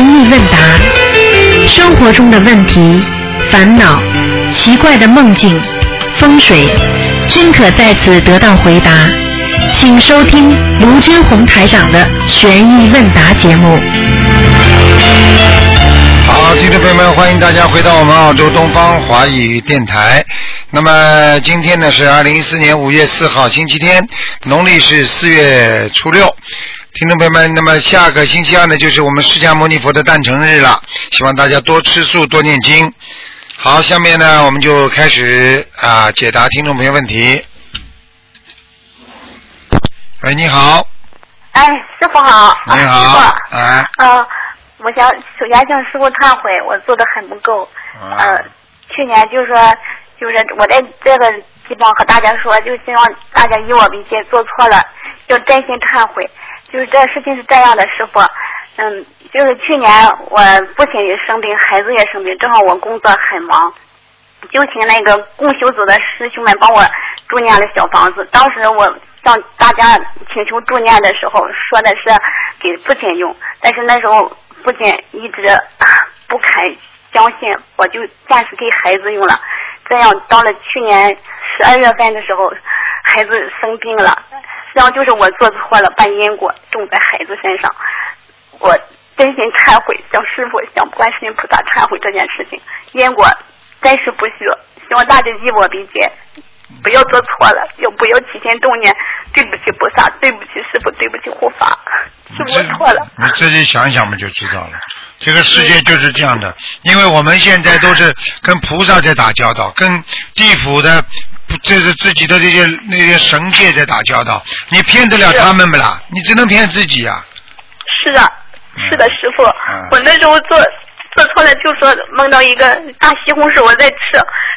意问答，生活中的问题、烦恼、奇怪的梦境、风水，均可在此得到回答。请收听卢军红台长的《悬疑问答》节目。好，听众朋友们，欢迎大家回到我们澳洲东方华语电台。那么今天呢是二零一四年五月四号，星期天，农历是四月初六。听众朋友们，那么下个星期二呢，就是我们释迦牟尼佛的诞辰日了，希望大家多吃素，多念经。好，下面呢，我们就开始啊解答听众朋友问题。喂，你好，哎，师傅好，啊你好，师啊，傅，呃，我想首先向师傅忏悔，我做的很不够。啊呃，去年就说，就是我在这个地方和大家说，就希望大家以我为戒，做错了要真心忏悔。就是这事情是这样的，师傅，嗯，就是去年我父亲也生病，孩子也生病，正好我工作很忙，就请那个共修组的师兄们帮我助念了小房子。当时我向大家请求助念的时候，说的是给父亲用，但是那时候父亲一直啊不肯相信，我就暂时给孩子用了。这样到了去年十二月份的时候，孩子生病了，实际上就是我做错了，把因果种在孩子身上。我真心忏悔，向师傅、向观世音菩萨忏悔这件事情，因果真是不虚，希望大家以我为戒，不要做错了，也不要起心动念，对不起菩萨，对不起师傅，对不起护法，是你自我错了。你自己想一想嘛，就知道了。这个世界就是这样的，因为我们现在都是跟菩萨在打交道，跟地府的，不这是自己的这些那些神界在打交道。你骗得了他们不啦？你只能骗自己呀、是的，是的，师傅嗯，我那时候做做错了，就说梦到一个大西红柿，我在吃，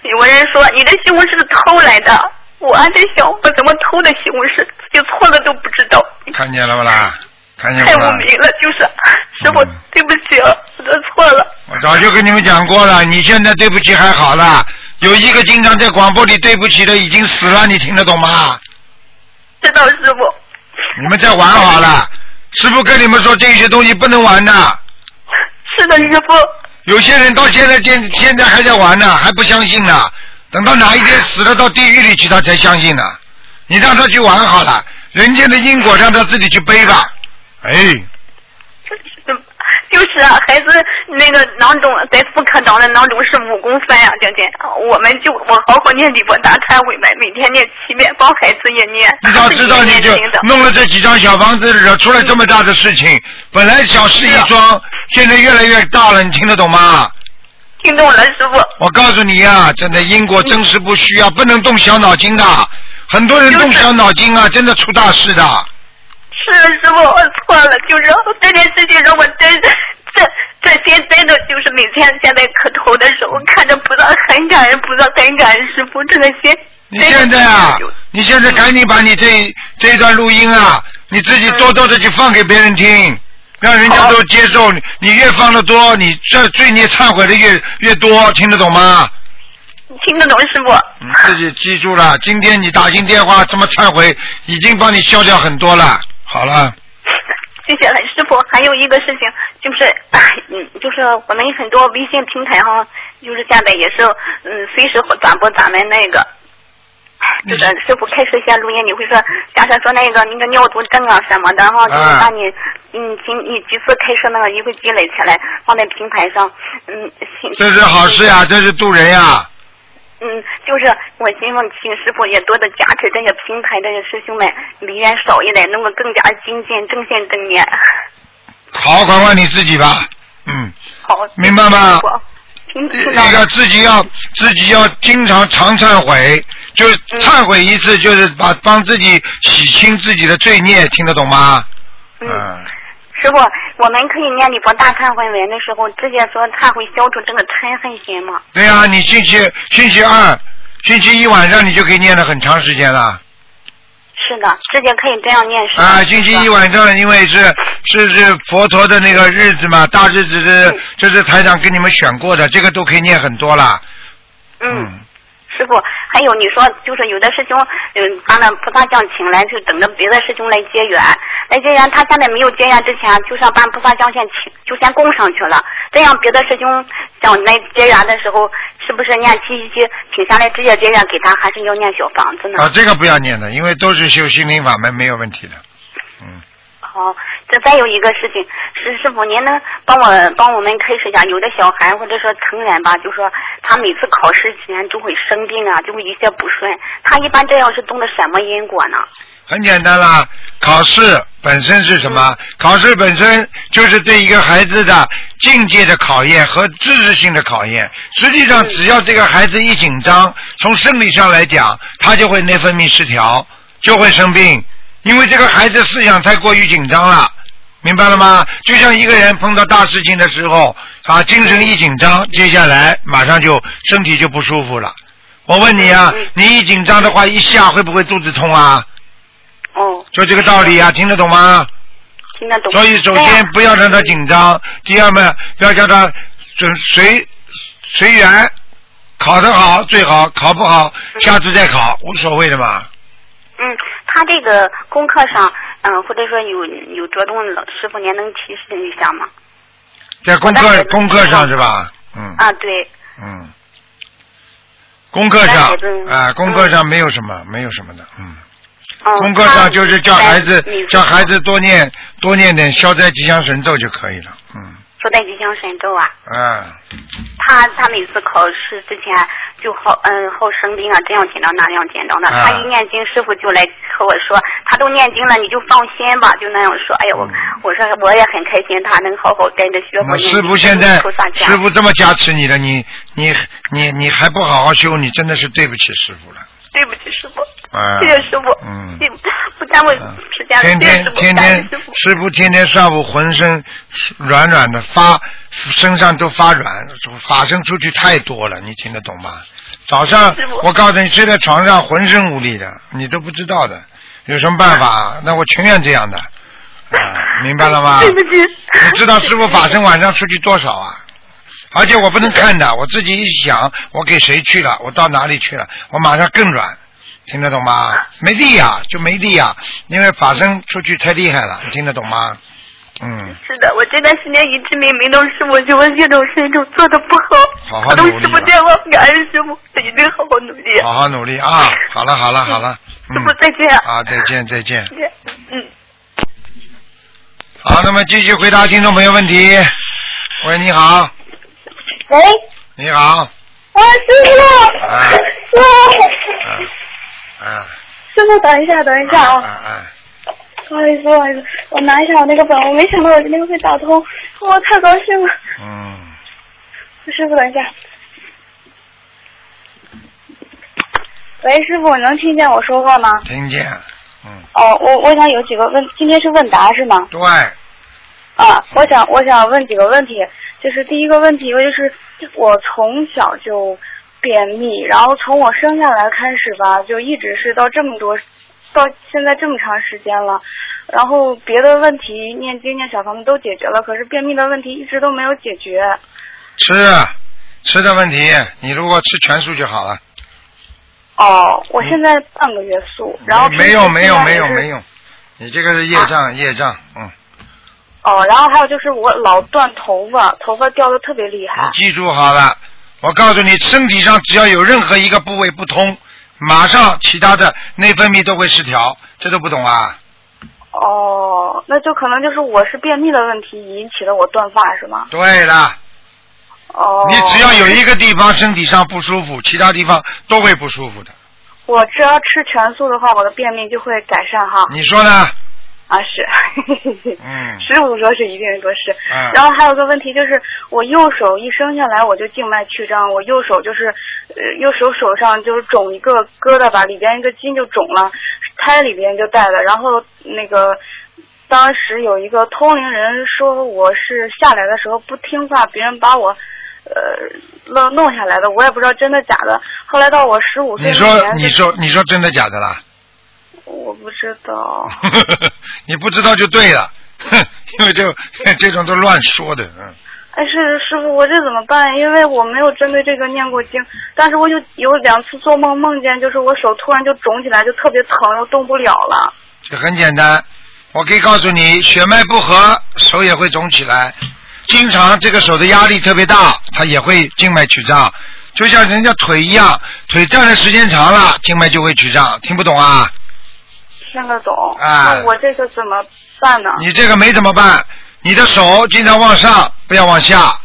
有个人说你这西红柿是偷来的，我还在想我怎么偷的西红柿，自己错了都不知道，看见了不啦？看见太不无啦？名了，就是 师傅嗯，对不起啊，我错了，我早就跟你们讲过了，你现在对不起还好啦，有一个经常在广播里对不起的已经死了，你听得懂吗？知道师傅，你们在玩好了，师傅跟你们说这些东西不能玩的。是的，师傅， 有些人到现在现现在还在玩呢，还不相信呢。等到哪一天死了到地狱里去，他才相信呢。你让他去玩好了，人间的因果让他自己去背吧。哎，就是就是啊，孩子那个囊中在妇科当的囊中是武功三呀、啊姐姐，我们就我好好念礼佛大忏悔呗，每天念七遍，帮孩子也念，你早知道你自己就也念经的弄了这几张小房子，惹出来这么大的事情。本来小事一桩，现在越来越大了，你听得懂吗？ 听懂了，师傅。我告诉你呀、真的因果真实不虚啊，不能动小脑筋的。很多人动就是小脑筋啊，真的出大事的。是的，师傅，我错了，就是这件事情让我真这这些真的就是每天现在磕头的时候看着菩萨很感恩菩萨，很感恩师傅，这个心。你现在啊真的，你现在赶紧把你这这一段录音啊，你自己多多的去放给别人听，让人家好都接受。你你越放的多，你这罪孽忏悔的越越多，听得懂吗？听得懂师傅？你自己记住了，今天你打进电话这么忏悔，已经帮你消掉很多了。好了， 谢谢了，师傅。还有一个事情就是， 哎嗯，就是我们很多微信平台哈，就是现在也是，嗯，随时会转播咱们那个。嗯就是师傅开始先录音，你会说，假设说那个你的尿毒症啊什么的哈，就是啊把你，嗯，几你几次开设那个你会积累起来，放在平台上，嗯，信这是好事呀、这是渡人呀、嗯，就是我希望请师傅也多的加持这些平台这些师兄们，离人少一点，能够更加精进，正信正念。好好管管你自己吧。嗯。好，明白吗听听到那个自己要自己要经常常忏悔，就是嗯忏悔一次，就是把帮自己洗清自己的罪孽，听得懂吗？啊嗯，师傅，我们可以念李博大忏悔文的时候，直接说忏悔消除这个嗔恨心吗？对呀、你星期星期二、星期一晚上你就可以念了很长时间了是的，直接可以这样念。是吧啊！星期一晚上因为是是是佛陀的那个日子嘛，大日子嗯是这是台长给你们选过的，这个都可以念很多了。嗯，师傅，还有你说就是有的师兄，嗯，把那菩萨像请来，就等着别的师兄来结缘，来结缘。他现在没有结缘之前，啊就想把菩萨像先请，就先供上去了。这样别的师兄想来结缘的时候，是不是念七七七请下来直接结缘给他，还是要念小房子呢？啊，这个不要念的，因为都是修心灵法门，没有问题的。嗯，好，这再有一个事情，师师傅，您能帮我帮我们开示一下？有的小孩或者说成人吧，就说他每次考试前就会生病啊，就会一些不顺。他一般这样是动的什么因果呢？很简单啦。考试本身是什么？考试本身就是对一个孩子的境界的考验和知识性的考验。实际上，只要这个孩子一紧张，从生理上来讲，他就会内分泌失调，就会生病，因为这个孩子思想太过于紧张了。明白了吗？就像一个人碰到大事情的时候啊，精神一紧张，接下来马上就身体就不舒服了。我问你啊，你一紧张的话，一下会不会肚子痛啊？哦，就这个道理啊，听得懂吗？听得懂。哎所以首这样先不要让他紧张，第二嘛，不要叫他准随随缘，考得好最好，考不好下次再考，无所谓的嘛。嗯，他这个功课上，嗯、或者说有有着重，老师傅您能提示一下吗？在功我在课写功课上是吧？嗯啊，对，嗯，功课上我在写作啊，功课上没有什么，没有什么的，嗯。嗯哦，嗯功课上就是叫孩子他每次叫孩子多念多念点消灾吉祥神咒就可以了，嗯说带吉祥神咒啊。啊，他他每次考试之前就好嗯好生病啊，这样紧张那样紧张的。啊他一念经，师傅就来和我说，他都念经了，你就放心吧，就那样说。哎呀，我、嗯我说我也很开心，他能好好待着学佛那念经。师傅现在菩萨家师傅这么加持你了，你你你你还不好好修，你真的是对不起师傅了。对不起师傅，啊，谢谢师傅，嗯，对不耽误时间啊了，天谢谢天天师傅，感恩天师傅。师傅天天上午浑身软软的发，身上都发软，法身出去太多了，你听得懂吗？早上师傅我告诉你，睡在床上浑身无力的，你都不知道的，有什么办法？那我情愿这样的，啊，明白了吗？对不起，你知道师傅法身晚上出去多少啊？而且我不能看的，我自己一想，我给谁去了，我到哪里去了，我马上更软，听得懂吗？ 没力呀、就没力呀、因为法身出去太厉害了，你听得懂吗？嗯， 是的，我这段时间一直没没动师傅学佛这种事情做的不好好，好我都努力师傅吧对我感恩师傅，我一定好好努力。好好努力啊！ 好了好了好了，师傅嗯，再见。啊，再见再见。再见。嗯。好，那么继续回答听众朋友问题。喂，你好，喂，你 好，啊，师傅，啊哇，啊啊师傅，等一下，等一下啊啊，啊！不好意思，不好意思，我拿一下我那个本，我没想到我今天会打通，我太高兴了。嗯，师傅，等一下。喂，师傅，能听见我说话吗？听见，嗯，哦，我我想有几个问，今天是问答是吗？对，啊，我想我想问几个问题，就是第一个问题，就是我从小就便秘，然后从我生下来开始吧，就一直是到这么多，到现在这么长时间了，然后别的问题念经念小房子都解决了，可是便秘的问题一直都没有解决。吃吃的问题，你如果吃全素就好了。哦，我现在半个月素，然后没有没有没有没有。有，你这个是业障、啊业障，嗯，哦，然后还有就是我老断头发，头发掉的特别厉害你。记住好了。我告诉你，身体上只要有任何一个部位不通，马上其他的内分泌都会失调，这都不懂啊？哦，那就可能就是我是便秘的问题引起的我断发是吗？对了，哦，你只要有一个地方身体上不舒服，其他地方都会不舒服的。我只要吃全素的话，我的便秘就会改善哈。你说呢？啊是， 嗯师傅说是一定说是。嗯然后还有个问题就是，我右手一生下来我就静脉曲张，我右手就是，呃，右手手上就是肿一个疙瘩吧，里边一个筋就肿了，胎里边就带了。然后那个当时有一个通灵人说我是下来的时候不听话，别人把我呃弄弄下来的，我也不知道真的假的。后来到我十五岁你那说年，你说你说真的假的啦？我不知道。 你不知道就对了，哼因为这这种都乱说的，嗯。哎，是师傅，我这怎么办？因为我没有针对这个念过经，但是我有有两次做梦，梦见就是我手突然就肿起来，就特别疼，然后动不了了。这很简单，我可以告诉你，血脉不和，手也会肿起来。经常这个手的压力特别大，它也会静脉曲张，就像人家腿一样，腿站的时间长了，静脉就会曲张。听不懂啊？听得懂？哎那我这个怎么办呢？你这个没怎么办，你的手经常往上，不要往下，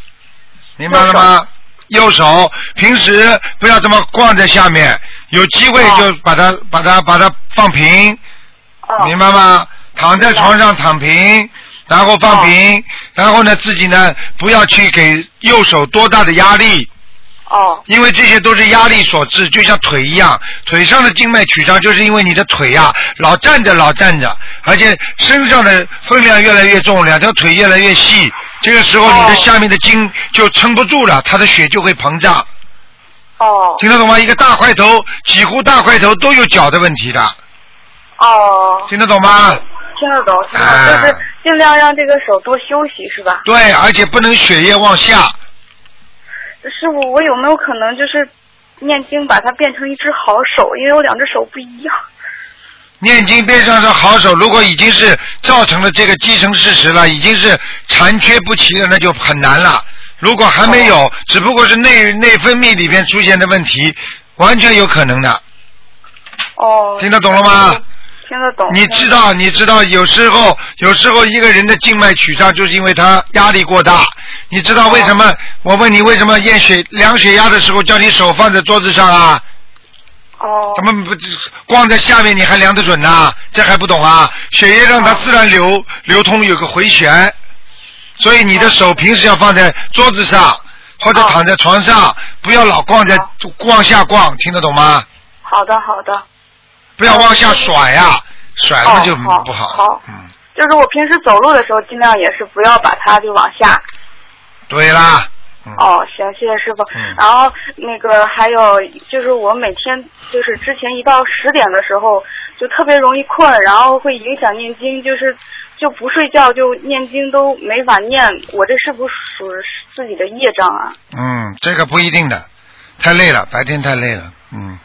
明白了吗？右手平时不要这么逛在下面，有机会就把它、把它把它放平，哦，明白吗？躺在床上躺平，然后放平，然后呢自己呢不要去给右手多大的压力，哦，因为这些都是压力所致，就像腿一样，腿上的静脉曲张就是因为你的腿呀、老站着老站着，而且身上的分量越来越重，两条腿越来越细，这个时候你的哦下面的筋就撑不住了，它的血就会膨胀，哦，听得懂吗？一个大块头，几乎大块头都有脚的问题的，哦，听得懂吗？听得懂，听得懂，哎就是尽量让这个手多休息，是吧？对，而且不能血液往下。师傅，我有没有可能就是念经把它变成一只好手？因为我两只手不一样。念经边上是好手，如果已经是造成了这个既成事实了，已经是残缺不齐了，那就很难了。如果还没有，只不过是内内分泌里边出现的问题，完全有可能的。哦，听得懂了吗？听得懂。你听知得懂道，你知道，有时候，有时候一个人的静脉曲张，就是因为他压力过大。你知道为什么？我问你，为什么验血量血压的时候叫你手放在桌子上啊？哦，怎么不光在下面你还量得准呐、这还不懂啊？血液哦让它自然流流通有个回旋，所以哦你的手平时要放在桌子上或者躺在床上，不要老逛在哦往下逛，听得懂吗？好的，好的。不哦要往下甩呀、甩了就哦好不好。好嗯，就是我平时走路的时候，尽量也是不要把它就往下。对啦。嗯、哦，行，谢谢师傅。嗯然后那个还有就是我每天就是之前一到十点的时候就特别容易困，然后会影响念经，就是就不睡觉就念经都没法念。我这是不是属于自己的业障啊？嗯，这个不一定的，太累了，白天太累了，嗯。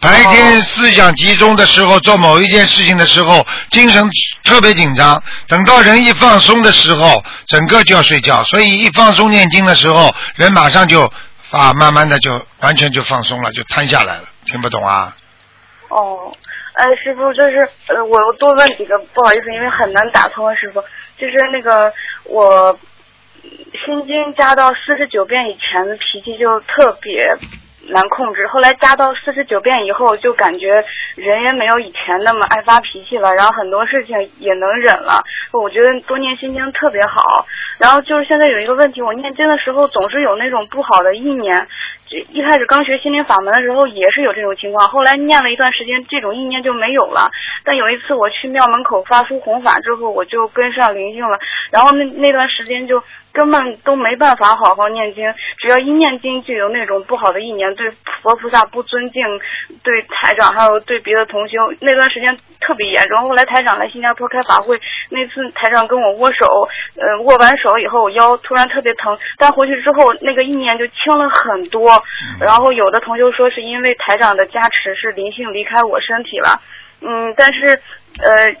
白天思想集中的时候，做某一件事情的时候，精神特别紧张。等到人一放松的时候，整个就要睡觉。所以一放松念经的时候，人马上就啊，慢慢的就完全就放松了，就瘫下来了。听不懂啊？哦，哎，师傅，就是呃，我多问几个，不好意思，因为很难打通啊，师傅。就是那个我心经加到四十九遍以前的脾气就特别难控制，后来加到四十九遍以后，就感觉人也没有以前那么爱发脾气了，然后很多事情也能忍了。我觉得多念心经特别好。然后就是现在有一个问题，我念经的时候总是有那种不好的意念，就一开始刚学心灵法门的时候也是有这种情况，后来念了一段时间，这种意念就没有了。但有一次我去庙门口发出弘法之后，我就跟上灵性了，然后那那段时间就根本都没办法好好念经，只要一念经就有那种不好的意念，对佛菩萨不尊敬，对台长还有对别的同修，那段时间特别严重。后来台长来新加坡开法会，那次台长跟我握手，呃，握完手以后我腰突然特别疼，但回去之后那个意念就轻了很多。然后有的同修说是因为台长的加持是灵性离开我身体了，嗯，但是呃，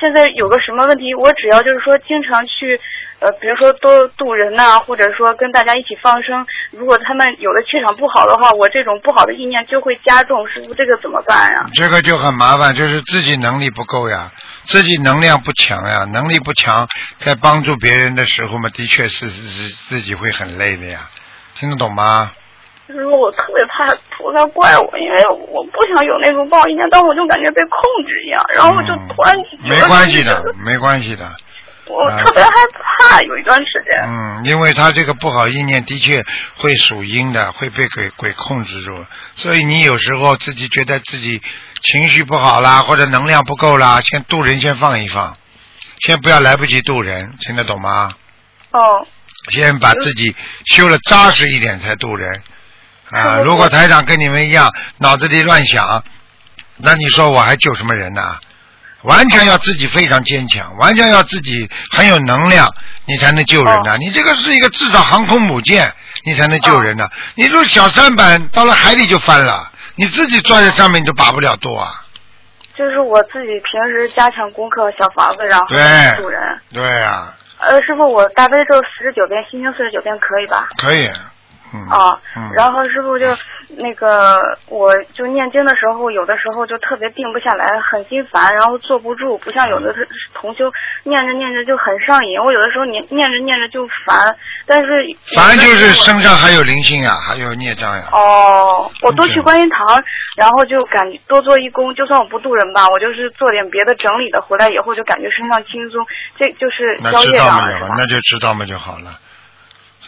现在有个什么问题，我只要就是说经常去，呃，比如说多渡人呐、或者说跟大家一起放生，如果他们有的气场不好的话，我这种不好的意念就会加重，师傅这个怎么办啊呀、这个就很麻烦，就是自己能力不够呀，自己能量不强呀，能力不强，在帮助别人的时候嘛，的确是是是自己会很累的呀，听得懂吗？就是说我特别怕菩萨怪我，因为我不想有那种不好意念，但我就感觉被控制一样，然后我就突然、嗯、没关系 的，没关系的，我特别害怕，有一段时间。嗯，因为他这个不好意念的确会属阴的，会被鬼鬼控制住，所以你有时候自己觉得自己情绪不好啦，或者能量不够啦，先渡人先放一放，先不要来不及渡人，听得懂吗？哦，先把自己修了扎实一点才渡人。啊、嗯如果台长跟你们一样脑子里乱想，那你说我还救什么人呐、完全要自己非常坚强，完全要自己很有能量，你才能救人的。你这个是一个制造航空母舰，你才能救人的。你说小舢板到了海里就翻了，你自己坐在上面你都把不了舵啊。就是我自己平时加强功课、小房子，然后对主人。对啊，呃，师傅，我大悲咒四十九遍，心经四十九遍可以吧？可以，嗯。啊，嗯然后师傅就那个，我就念经的时候，有的时候就特别定不下来，很心烦，然后坐不住，不像有的是同修念着念着就很上瘾，我有的时候念念着念着就烦，但是反正就有的是时候身上还有灵性呀、啊还有孽障呀、哦，我多嗯去对观音堂，然后就感觉多做义工，就算我不渡人吧，我就是做点别的整理的，回来以后就感觉身上轻松，这就是那消知业道障嘛了就好是，吧？那就知道嘛就好了。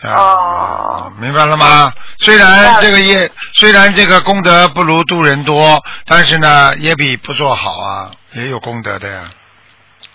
啊嗯哦明白了吗？虽然这个业，虽然这个功德不如渡人多，但是呢，也比不做好啊，也有功德的呀。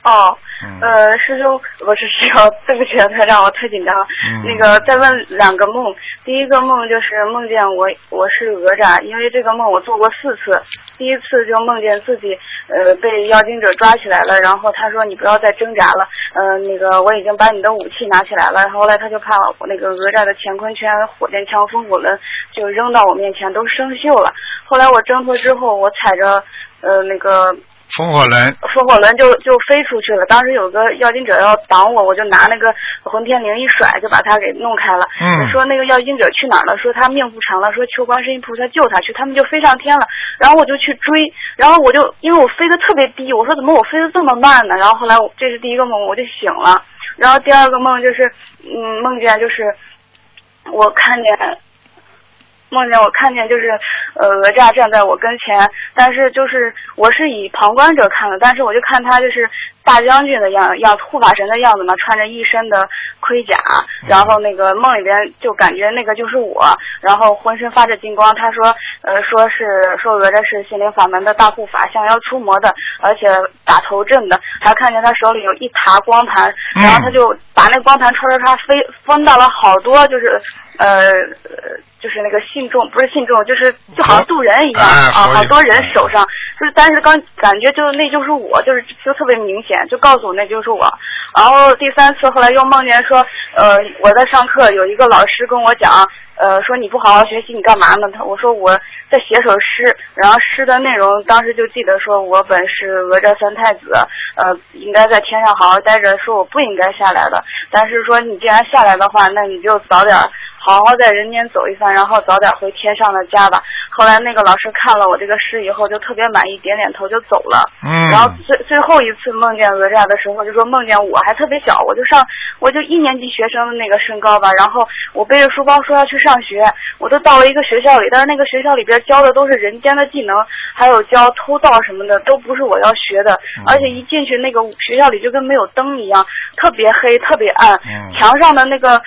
哦，嗯，呃，师兄，不是师兄，对不起，台长，我太紧张了。嗯那个再问两个梦，第一个梦就是梦见我我是哪吒，因为这个梦我做过四次，第一次就梦见自己呃被妖精者抓起来了，然后他说你不要再挣扎了，呃那个我已经把你的武器拿起来了，然后后来他就怕我那个哪吒的乾坤圈、火箭枪、风火轮就扔到我面前都生锈了，后来我挣脱之后，我踩着呃那个风火轮，风火轮就就飞出去了。当时有个妖精者要挡我，我就拿那个混天绫一甩，就把他给弄开了。嗯说那个妖精者去哪儿了？说他命不长了，说求观世音菩萨救他去。他们就飞上天了，然后我就去追，然后我就因为我飞得特别低，我说怎么我飞得这么慢呢？然后后来我这是第一个梦，我就醒了。然后第二个梦就是，嗯，梦见就是我看见梦见我看见就是呃哪吒站在我跟前，但是就是我是以旁观者看的，但是我就看他就是大将军的样样子，护法神的样子嘛，穿着一身的盔甲，然后那个梦里边就感觉那个就是我，然后浑身发着金光。他说呃说是说哪吒是心灵法门的大护法，降妖除魔的，而且打头阵的，还看见他手里有一沓光盘，嗯然后他就把那光盘唰唰唰飞分到了好多，就是呃，呃就是那个信众，不是信众，就是就好像渡人一样哎啊，佛好也多人手上，就是但是刚感觉就那就是我，就是就特别明显，就告诉我那就是我。然后第三次后来又梦见说，呃，我在上课，有一个老师跟我讲，呃，说你不好好学习，你干嘛呢？他我说我在写首诗，然后诗的内容当时就记得说我本是哪吒三太子，呃，应该在天上好好待着，说我不应该下来的。但是说你既然下来的话，那你就早点好好在人间走一番，然后早点回天上的家吧。后来那个老师看了我这个诗以后，就特别满意，点点头就走了。嗯，然后最最后一次梦见哪吒的时候，就说梦见我还特别小，我就上我就一年级学生的那个身高吧，然后我背着书包说要去上学，我都到了一个学校里，但是那个学校里边教的都是人间的技能，还有教偷盗什么的，都不是我要学的，而且一进去那个学校里就跟没有灯一样，特别黑，特别暗，嗯墙上的那个。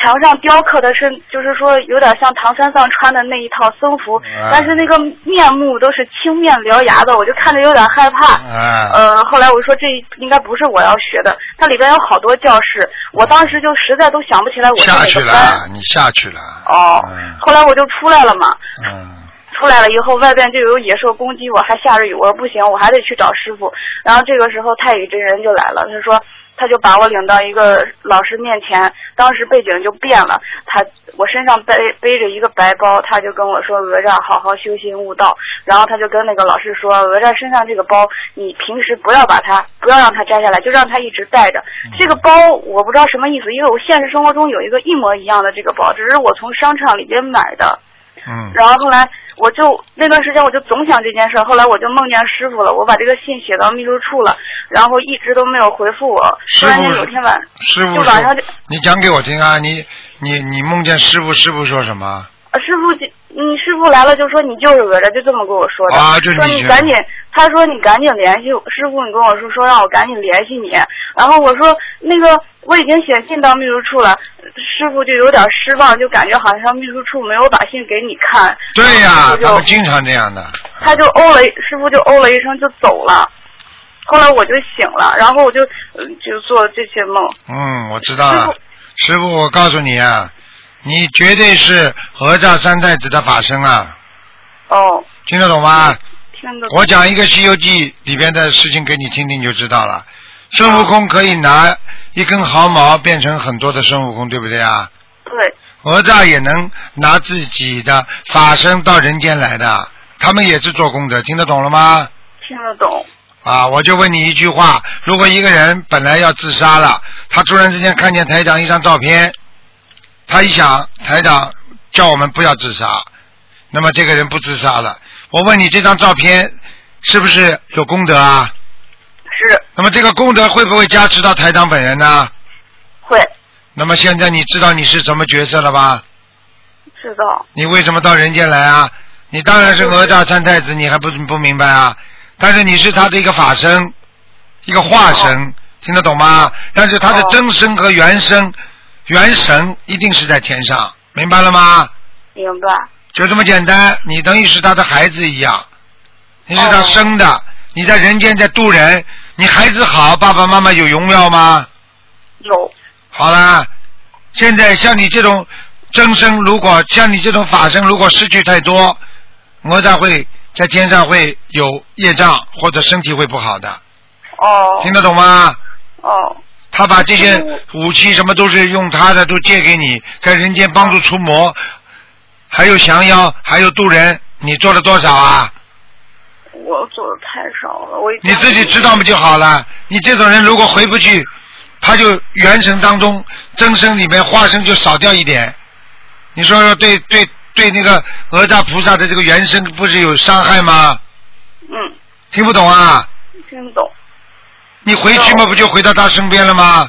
墙上雕刻的是，就是说有点像唐三藏穿的那一套僧服，哎但是那个面目都是青面獠牙的，我就看着有点害怕。哎，呃，后来我说这应该不是我要学的，它里边有好多教室，我当时就实在都想不起来我是下哪去个班。了，你下去了。哦，嗯后来我就出来了嘛，嗯，出来了以后外边就有野兽攻击我，还下着雨，我说不行，我还得去找师傅。然后这个时候太乙真人就来了，他说。他就把我领到一个老师面前，当时背景就变了。他我身上背背着一个白包，他就跟我说：“哪吒，好好修心悟道。”然后他就跟那个老师说：“哪吒身上这个包，你平时不要把它，不要让它摘下来，就让它一直戴着。这个包我不知道什么意思，因为我现实生活中有一个一模一样的这个包，只是我从商场里边买的。嗯，然后后来我就那段时间我就总想这件事儿，后来我就梦见师傅了，我把这个信写到秘书处了，然后一直都没有回复我。师突然间傅有天晚，师傅就晚上就说，你讲给我听啊，你你你梦见师傅，师傅说什么？呃师傅就你师傅来了就说你就是哪吒，就这么跟我说的。啊就是说你你觉得赶紧，他说你赶紧联系我师傅，你跟我说说让我赶紧联系你。然后我说那个我已经写信到秘书处了，师傅就有点失望，就感觉好像秘书处没有把信给你看。对呀、然后他就们经常这样的。他就哦了一，师傅就哦了一声就走了。后来我就醒了，然后我就呃就做这些梦。嗯，我知道了。师傅，我告诉你啊，你绝对是哪吒三太子的法身啊，哦，听得懂吗？听得懂我讲一个《西游记》里边的事情给你听听就知道了。孙悟空可以拿一根毫毛变成很多的孙悟空，对不对啊？对，哪吒也能拿自己的法身到人间来的，他们也是做功德，听得懂了吗？听得懂。啊，我就问你一句话：如果一个人本来要自杀了，他突然之间看见台长一张照片，他一想，台长叫我们不要自杀，那么这个人不自杀了。我问你，这张照片是不是有功德啊？是那么这个功德会不会加持到台长本人呢？会那么现在你知道你是什么角色了吧？知道，你为什么到人间来啊？你当然是哪吒三太子，你还不不明白啊？但是你是他的一个法身，一个化身，听得懂吗？但是他的哦真身和元身，元神一定是在天上，明白了吗？明白。就这么简单，你等于是他的孩子一样，你是他哦生的，你在人间在渡人，你孩子好，爸爸妈妈有荣耀吗？有好啦，现在像你这种真身，如果像你这种法身，如果失去太多，哪吒会在天上会有业障，或者身体会不好的，哦听得懂吗？哦他把这些武器什么都是用他的，都借给你，在人间帮助除魔，还有降妖，还有渡人，你做了多少啊？我做的太少了，我一你自己知道不就好了？你这种人如果回不去，他就元神当中真身里面化身就少掉一点。你说说对对对那个哪吒菩萨的这个元身不是有伤害吗？嗯，听不懂啊？听得懂，你回去嘛不就回到他身边了吗？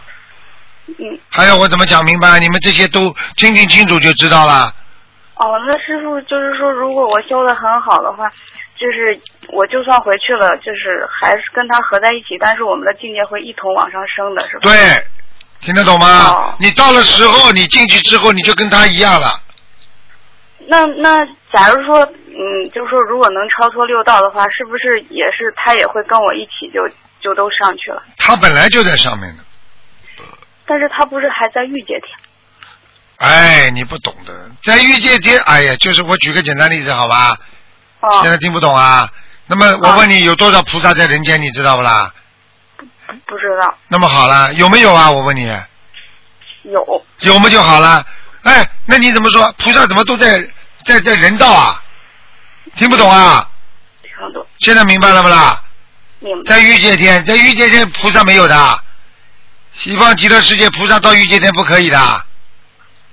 嗯，还要我怎么讲明白？你们这些都听听清楚就知道了。哦，那师傅就是说，如果我修的很好的话，就是我就算回去了，就是还是跟他合在一起，但是我们的境界会一同往上升的，是吧？对，听得懂吗哦？你到了时候，你进去之后你就跟他一样了。那那假如说，嗯，就是说，如果能超脱六道的话，是不是也是他也会跟我一起就就都上去了？他本来就在上面呢。但是他不是还在御界天？哎，你不懂的，在欲界天，哎呀，就是我举个简单例子好吧？哦现，在听不懂啊。那么我问你，有多少菩萨在人间，你知道不啦？不知道那么好了，有没有啊？我问你，有有没就好了。哎，那你怎么说菩萨怎么都在在在人道啊？听不懂啊？听得懂，现在明白了不啦？明白在欲界天，在欲界天菩萨没有的，西方极乐世界菩萨到欲界天不可以的。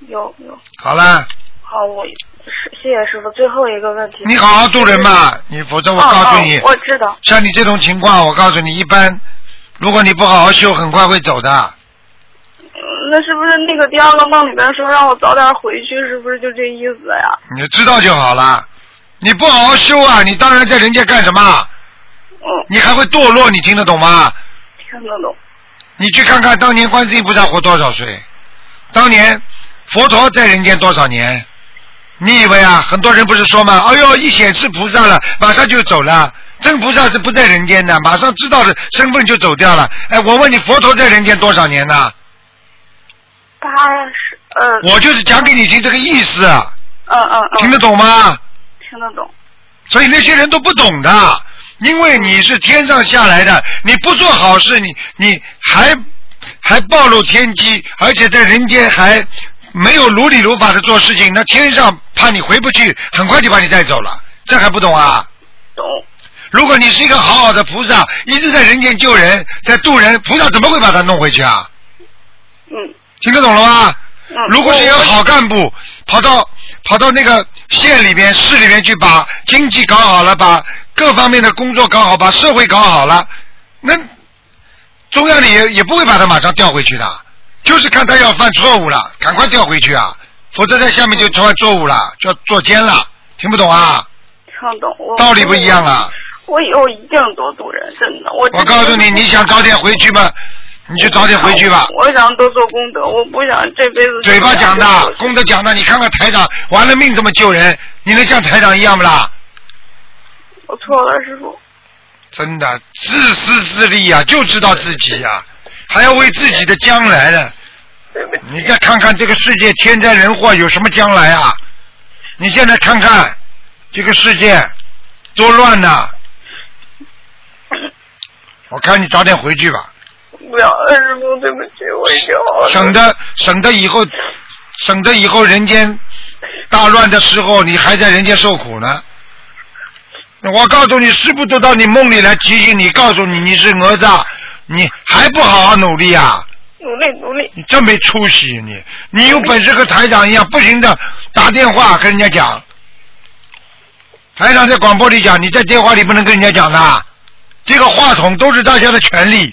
有有。好了，好，我是谢谢师傅。最后一个问题，你好好度人嘛，你否则我告诉你，哦哦、我知道，像你这种情况，我告诉你，一般如果你不好好修，很快会走的。嗯那是不是那个第二个梦里边说让我早点回去，是不是就这意思呀？你知道就好了。你不好好修啊，你当然在人家干什么？嗯，你还会堕落，你听得懂吗？听得懂。你去看看当年观世音菩萨活多少岁，当年佛陀在人间多少年？你以为啊？很多人不是说吗？哎呦，一显示菩萨了，马上就走了。真菩萨是不在人间的，马上知道了身份就走掉了。哎，我问你，佛陀在人间多少年呢、八十，呃，我就是讲给你听这个意思，嗯嗯嗯，听得懂吗？听得懂，所以那些人都不懂的，因为你是天上下来的，你不做好事，你你还还暴露天机，而且在人间还没有如理如法的做事情，那天上怕你回不去，很快就把你带走了，这还不懂啊？懂。如果你是一个好好的菩萨，一直在人间救人，在渡人，菩萨怎么会把他弄回去啊？嗯听得懂了吗？嗯。如果是一个我好干部，跑到跑到那个县里边、市里边去，把经济搞好了，把各方面的工作搞好，把社会搞好了，那中央里也也不会把他马上调回去的，就是看他要犯错误了，赶快调回去啊，否则在下面就犯错误了，就要坐监了。听不懂啊？听得懂，我道理不一样啊！我以后一定多度人，真的。我我告诉你，你想早点回去吧，你就早点回去吧。我想多做功德，我不想这辈子嘴巴讲的，功功德讲的，你看看台长玩了命这么救人，你能像台长一样不啦？我错了，师傅。真的自私自利呀、就知道自己呀、还要为自己的将来呢。你再看看这个世界天灾人祸有什么将来啊？你现在看看这个世界多乱呐、我看你早点回去吧，不要，呃师傅，对不起，我已经好了。省得省得以后省得以后人间大乱的时候，你还在人间受苦呢。我告诉你，师傅都到你梦里来提醒你，告诉你你是哪吒，你还不好好努力啊！努力努力，你真没出息，你你有本事和台长一样，不行的打电话跟人家讲。台长在广播里讲，你在电话里不能跟人家讲的，这个话筒都是大家的权利。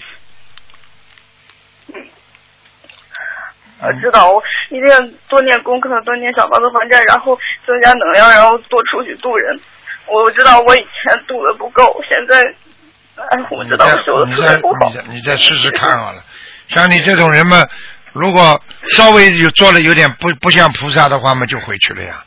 我知道，我一定要多念功课，多念小房子还债，然后增加能量，然后多出去度人。我知道我以前度的不够，现在，哎，我知道我修的你特再别不好你。再你再试试看好了。像你这种人嘛，如果稍微有做了有点不不像菩萨的话嘛，就回去了呀。嗯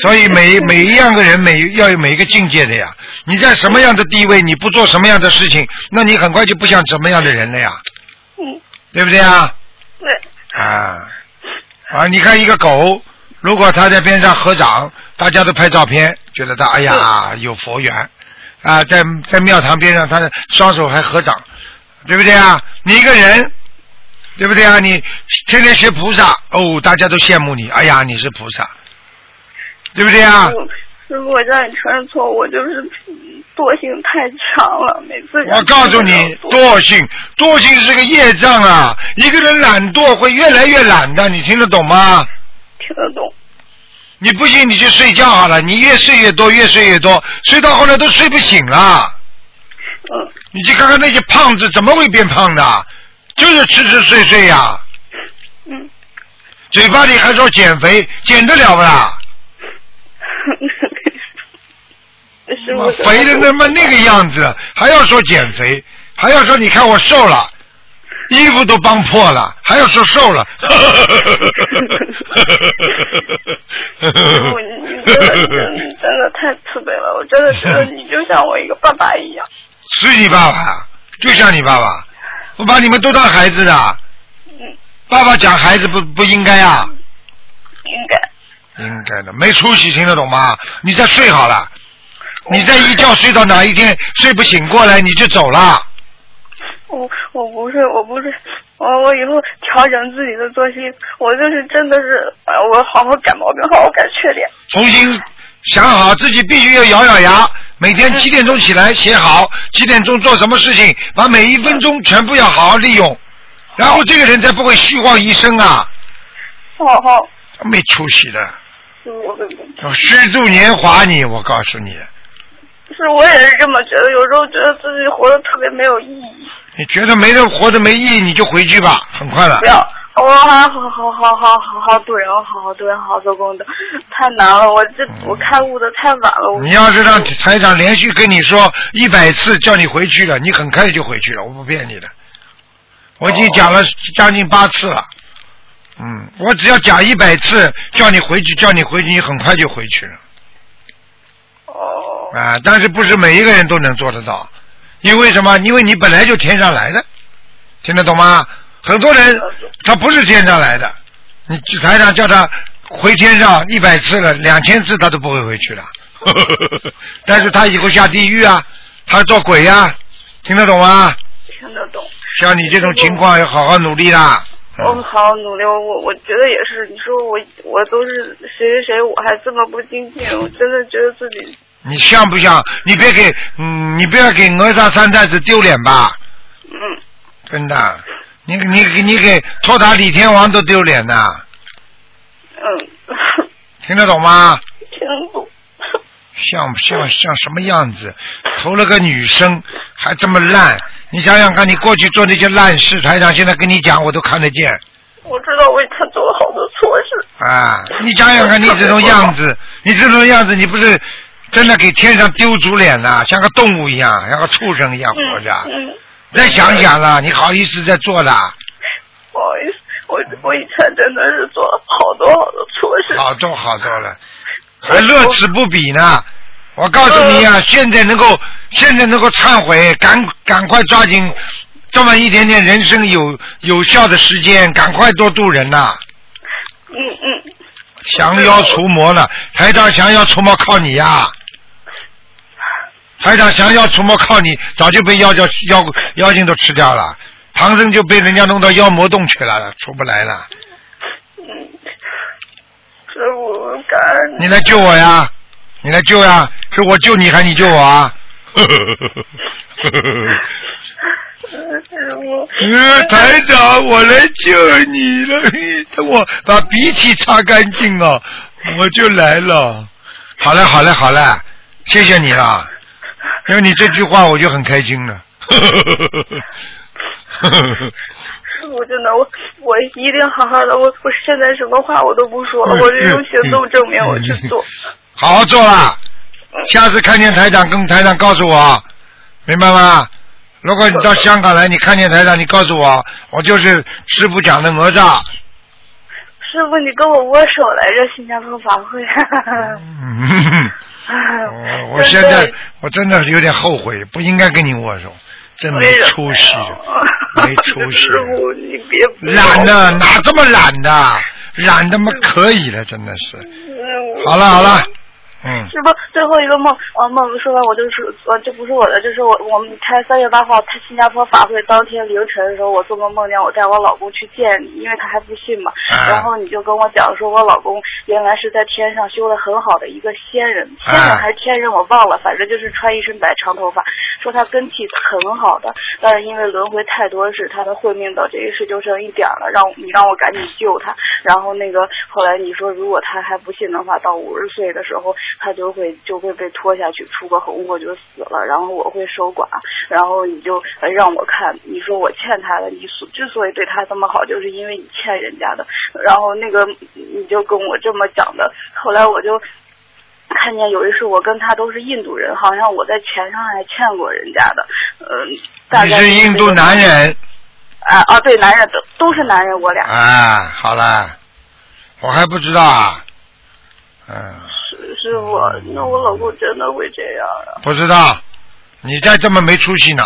所以每每一样个人每要有每一个境界的呀。你在什么样的地位，你不做什么样的事情，那你很快就不像什么样的人了呀，嗯，对不对啊？对，啊啊！你看一个狗，如果它在边上合掌，大家都拍照片，觉得它哎呀有佛缘啊，在在庙堂边上，它的双手还合掌，对不对啊？你一个人，对不对啊？你天天学菩萨，哦，大家都羡慕你，哎呀，你是菩萨，对不对啊？我师傅，我让你承认错误，我就是惰性太强了，每次我告诉你，惰性，惰性是个业障啊！一个人懒惰会越来越懒的，你听得懂吗？听得懂。你不信你去睡觉好了，你越睡越多，越睡越多，睡到后来都睡不醒了。嗯，你去看看那些胖子怎么会变胖的，就是吃吃睡睡呀、嗯， 嘴巴里还说减肥，减得了不啦？师妈傅，肥的他妈那个样子，还要说减肥，还要说你看我瘦了，衣服都帮破了，还要说瘦了。师傅，你你真的你 真你真的太慈悲了，我真的觉得你就像我一个爸爸一样。是你爸爸，就像你爸爸，我把你们都当孩子的。爸爸讲孩子不不应该啊，应该，应该的，没出息，听得懂吗？你再睡好了，你再一觉睡到哪一天睡不醒过来你就走了。我我不是我不是，我我以后调整自己的作息，我就是真的是，哎我好好改毛病，好好改缺点。重新想好自己必须要咬咬牙，每天几点钟起来写好，几点钟做什么事情，把每一分钟全部要好好利用，然后这个人才不会虚晃一生啊，好好，没出息的。师傅对不起。虚度年华你，我告诉你，是我也是这么觉得，有时候觉得自己活得特别没有意义。你觉得没人活着没意义，你就回去吧，很快了不。要，我还好好好好好好度人，好好度人，好好做功德，太难了。我这我开悟的太晚了。我嗯你要是让台长连续跟你说一百次叫你回去了，你很快就回去了，我不骗你的。我已经讲了将近八次了，嗯，我只要讲一百次叫你回去，叫你回去，你很快就回去了哦，啊！但是不是每一个人都能做得到，因为什么？因为你本来就天上来的，听得懂吗？很多人他不是天上来的，你台长叫他回天上一百次了，两千次他都不会回去了。 但是他以后下地狱啊，他做鬼呀、听得懂吗？听得懂。像你这种情况要好好努力啦。我好好努力，我我觉得也是。你说我我都是谁谁谁，我还这么不精进，我真的觉得自己你像不像？你别给，嗯，你不要给哪吒三太子丢脸吧，嗯。真的。啊你你你给托塔李天王都丢脸呐、嗯，听得懂吗？听不，像像像什么样子？投了个女生还这么烂，你想想看，你过去做那些烂事，台长现在跟你讲我都看得见我知道我以前做了好多错事，啊！你想想看，你这种样子，你这种样子，你不是真的给天上丢足脸呐、像个动物一样，像个畜生一样活着。嗯，嗯再想想啦，你好意思再做啦？不好意思，我我以前真的是做了好多好多错事，好多好多了，还乐此不彼呢。我告诉你啊，现在能够现在能够忏悔，赶赶快抓紧这么一点点人生有有效的时间，赶快多度人呐、嗯嗯，降妖除魔了，台长降妖除魔靠你呀、台长降妖除魔靠你，早就被妖叫妖妖精都吃掉了，唐僧就被人家弄到妖魔洞去了，出不来了。师傅，感恩你来救我呀！你来救呀！是我救你还是你救我啊？师傅。呃，台长，我来救你了，哎我把鼻涕擦干净了，我就来了。好了，好了，好了，谢谢你了，因为你这句话我就很开心了。师傅，真的，我我一定好好的。我我现在什么话我都不嗯说了，我这种行动证明我去做。好好做啦，嗯下次看见台长跟台长告诉我，明白吗？如果你到香港来，你看见台长，你告诉我，我就是师傅讲的哪 吒。师傅，你跟我握手来着新加坡法会。嗯哦我我现在我真的是有点后悔，不应该跟你握手，真没出息，没出息 师，傅，你别懒的哪这么懒的，懒的嘛可以了，真的是。好了好了，嗯，师傅，最后一个梦，呃，梦说完我就是，呃，这不是我的，就是我我们开三月八号开新加坡法会当天凌晨的时候，我做梦梦见我带我老公去见你，因为他还不信嘛。啊然后你就跟我讲说，我老公原来是在天上修了很好的一个仙人，仙人啊还是天人我忘了，反正就是穿一身白长头发，说他根气很好的，但是因为轮回太多事，他的慧命到这一世就剩一点儿了，让我你让我赶紧救他。然后那个后来你说，如果他还不信的话，到五十岁的时候，他就会就会被拖下去，出个红祸就死了，然后我会守寡。然后你就呃让我看，你说我欠他的，你所之所以对他这么好，就是因为你欠人家的。然后那个你就跟我这么讲的，后来我就看见有一次我跟他都是印度人，好像我在钱上还欠过人家的，嗯，大你概是印度男人啊啊，对，男人都都是男人，我俩啊，好了，我还不知道啊，嗯，是是我，那我老公真的会这样啊？不知道，你再这么没出息呢，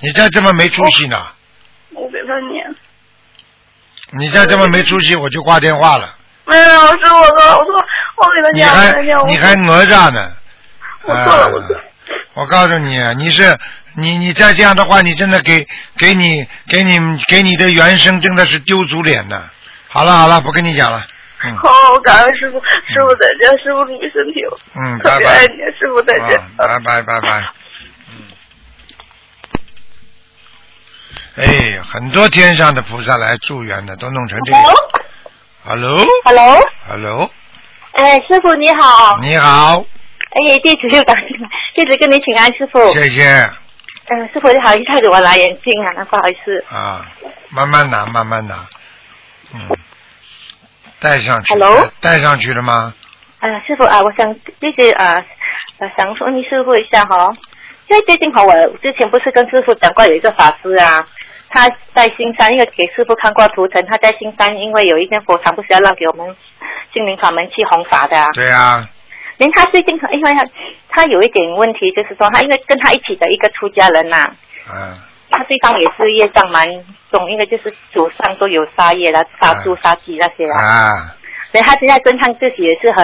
你再这么没出息呢，我给他念，你再这么没出息，我就挂电话了。没有，是我的，我错，我给他你念，我给他还念，我你还哪吒呢？我啊错了，我错了。我告诉你，你是你你再这样的话，你真的给给你给你给你的原生真的是丢足脸的。好了好了，不跟你讲了，嗯 好，哦我感恩师傅，师傅再见，师傅注意身体，哦嗯，特拜别拜爱，你，师傅再见啊。拜拜拜拜，嗯，哎，很多天上的菩萨来助缘的，都弄成这样。Hello Hello， Hello，哎，师傅你好，你好，哎，弟子又打进来，弟子跟你请安，师傅。谢谢嗯、师傅你好，一下子我拿眼镜啊，那不好意思。啊，慢慢拿慢慢拿，嗯，戴上去 Hello？戴上去了吗？啊，师傅啊，我想弟子啊，呃，想问师傅一下哈、因为最近哈，我之前不是跟师傅讲过有一个法师啊，他在新山，因为给师傅看过图腾，他在新山因为有一间佛堂不是要让给我们心灵法门去弘法的啊，对啊，连他最近因为他他有一点问题，就是说他因为跟他一起的一个出家人呐、嗯，他对方也是业障蛮重，因为就是祖上都有杀业啦，杀猪杀鸡那些啦，啊，所以他现在身上自己也是很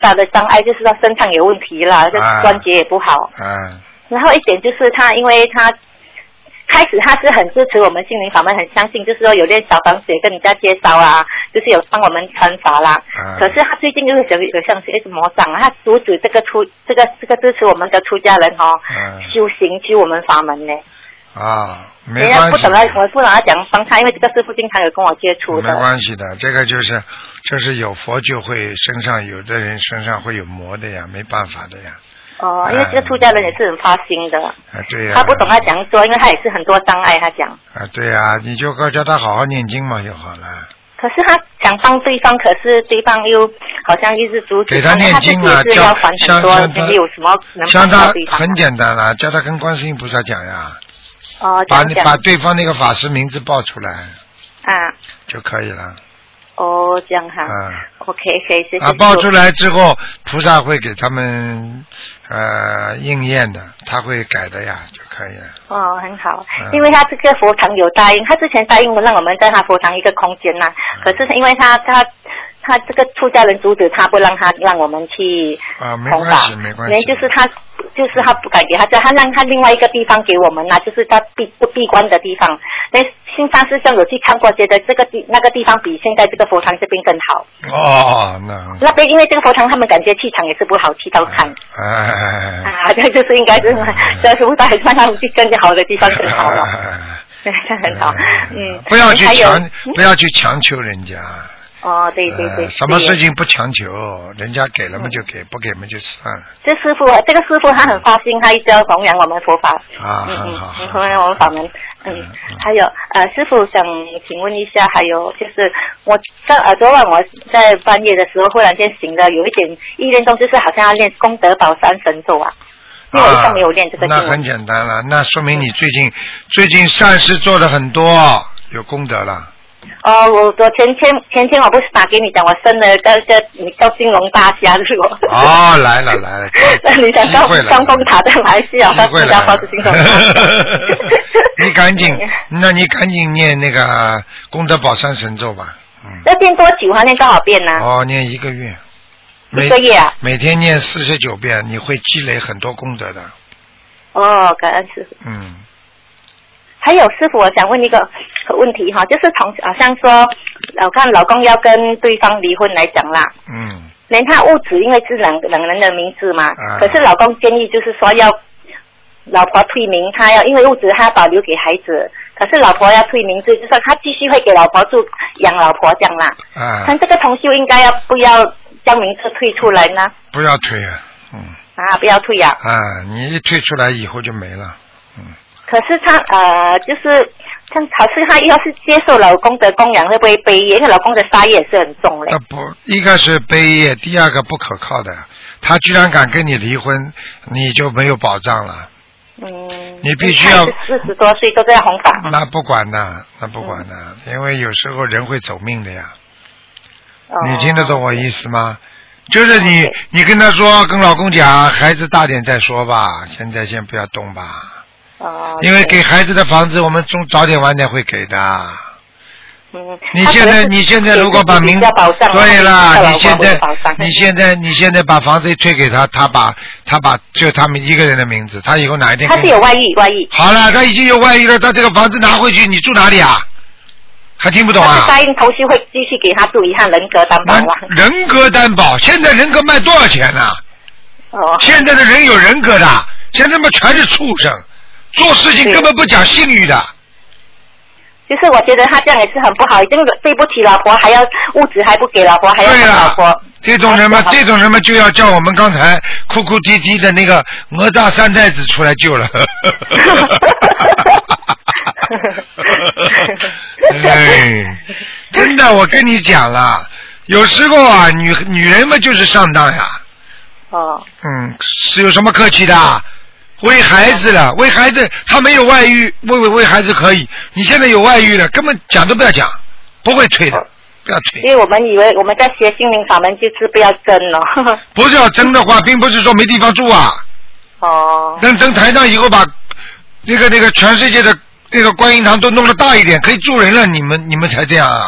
大的障碍，就是说身上有问题啦，就是啊关节也不好。嗯，然后一点就是他，因为他开始他是很支持我们心灵法门，很相信，就是说有练小房子也跟人家介绍啊，就是有帮我们传法啦。啊可是他最近就是有有像是一直魔障啊，他阻止这个出这个这个支持我们的出家人哦，嗯修行修我们法门呢。啊，没人家关不系懂得，我不懂得讲帮他，因为这个师傅经常有跟我接触没的。关系的，这个就是就是有佛就会身上有的人身上会有魔的呀，没办法的呀，嗯哦，因为这个出家人也是很发心的，啊，对呀，他不懂得讲说，因为他也是很多障碍。他讲，啊，对呀，你就告叫他好好念经嘛就好了，可是他想帮对方，可是对方又好像一直阻止给他念他自己经啊，也是叫要还像很多像，就是有什么能他像帮他到对方？啊很简单啊啦，叫他跟观世音菩萨讲呀，哦，这把样你讲把对方那个法师名字报出来啊，就可以了，哦，这样哈啊。 ，OK，可以，谢谢啊，师报出傅。来之后，菩萨会给他们呃应验的，他会改的呀，就可以了。哦，很好嗯，因为他这个佛嗯堂有答应，他之前答应让我们在他佛堂一个空间呐、可是因为他他他这个出家人阻止他，不让他让我们去啊没弘关法系没关系那就是他，就是他不敢给他家，他让他另外一个地方给我们呐、就是他闭不闭关的地方。那新上师兄有去看过，觉得这个地那个地方比现在这个佛堂这边更好。哦，那那边因为这个佛堂他们感觉气场也是不好，气到看。哎哎哎哎啊，这 就是应该是，这是不打算让去更好的地方更好 了，哎对，这很好，嗯，不要去还有强，不要去强求人家。哦，对对对，呃什么对嗯事情不强求，人家给了嘛就给，不给嘛就算了这师傅，这个师傅他很发心，他一直要弘扬我们佛法，啊。嗯很嗯好，嗯，弘扬我们法门。嗯嗯，还有呃，师傅想请问一下，还有就是我在呃昨晚我在半夜的时候忽然间醒了，有一点意念中就是好像要念功德宝山神咒啊，因为我一啊直没有念这个经那很文。简单了，那说明你最近最近善事做的很多，有功德了。哦，我我前天前天我不是打给你讲我生了个个你叫金龙大虾是我。哦，来了来了， 那你想机高会了，双峰塔在马来西亚，机发会新加来坡了。是金龙 你赶紧，嗯那你赶紧念那个功德宝山神咒吧。嗯。要变多久啊？念多少遍呢、哦，念一个月。每一个月啊？每天念四十九遍，你会积累很多功德的。哦，感恩师傅。嗯，还有师傅，我想问一个问题哈，就是从好像说，呃我看老公要跟对方离婚来讲啦，嗯，连他屋子因为是两两人的名字嘛，啊可是老公建议就是说要老婆退名，他要因为屋子他保留给孩子，可是老婆要退名字，就是说他继续会给老婆住养老婆这样啦。啊但，这个同修应该要不要将名字退出来呢？不要退啊，嗯，啊，不要退呀、啊，你一退出来以后就没了，嗯，可是她呃，就是像好像她要是接受老公的供养，会不会背业？因为老公的杀业也是很重嘞那。不，一个是悲业，第二个不可靠的，他居然敢跟你离婚，你就没有保障了，嗯，你必须要四十多岁都在弘法， 那不管呐，那不管呐，因为有时候人会走命的呀，哦嗯你听得懂？我意思吗？就是你嗯，你跟他说，跟老公讲，孩子大点再说吧，现在先不要动吧。哦，因为给孩子的房子，我们中早点晚点会给的。嗯，你她现可能在是你现在如果把名比较保障对她啦，老你公现比较在保障嗯你现在你现在把房子推给他，他把他把就他们一个人的名字，他以后哪一天她跟是你有外遇，外遇，好了，他已经有外遇了，他这个房子拿回去，你住哪里啊？还听不懂她啊是？答应头绪会继续给她住一项人格担保那啊。人格担保，现在人格卖多少钱呢、哦，现在的人有人格的，现在嘛全是畜生，做事情对根本不讲信誉的。就是我觉得她这样也是很不好，已经对不起老婆，还要物质还不给老婆，还要对跟了老婆。这种人嘛，好这种人嘛，就要叫我们刚才哭哭啼啼的那个哪吒三太子出来救了。哎，真的，我跟你讲了，有时候啊，女女人嘛就是上当呀，哦，嗯，是有什么客气的啊？为孩子了，为孩子，他没有外遇，为为为孩子可以。你现在有外遇了，根本讲都不要讲，不会退的，不要退因。为我们以为我们在学心灵法门就是不要争了。 不是要争的话，并不是说没地方住啊。哦，等等台上以后把那个那个全世界的那个观音堂都弄得大一点，可以住人了，你们你们才这样啊？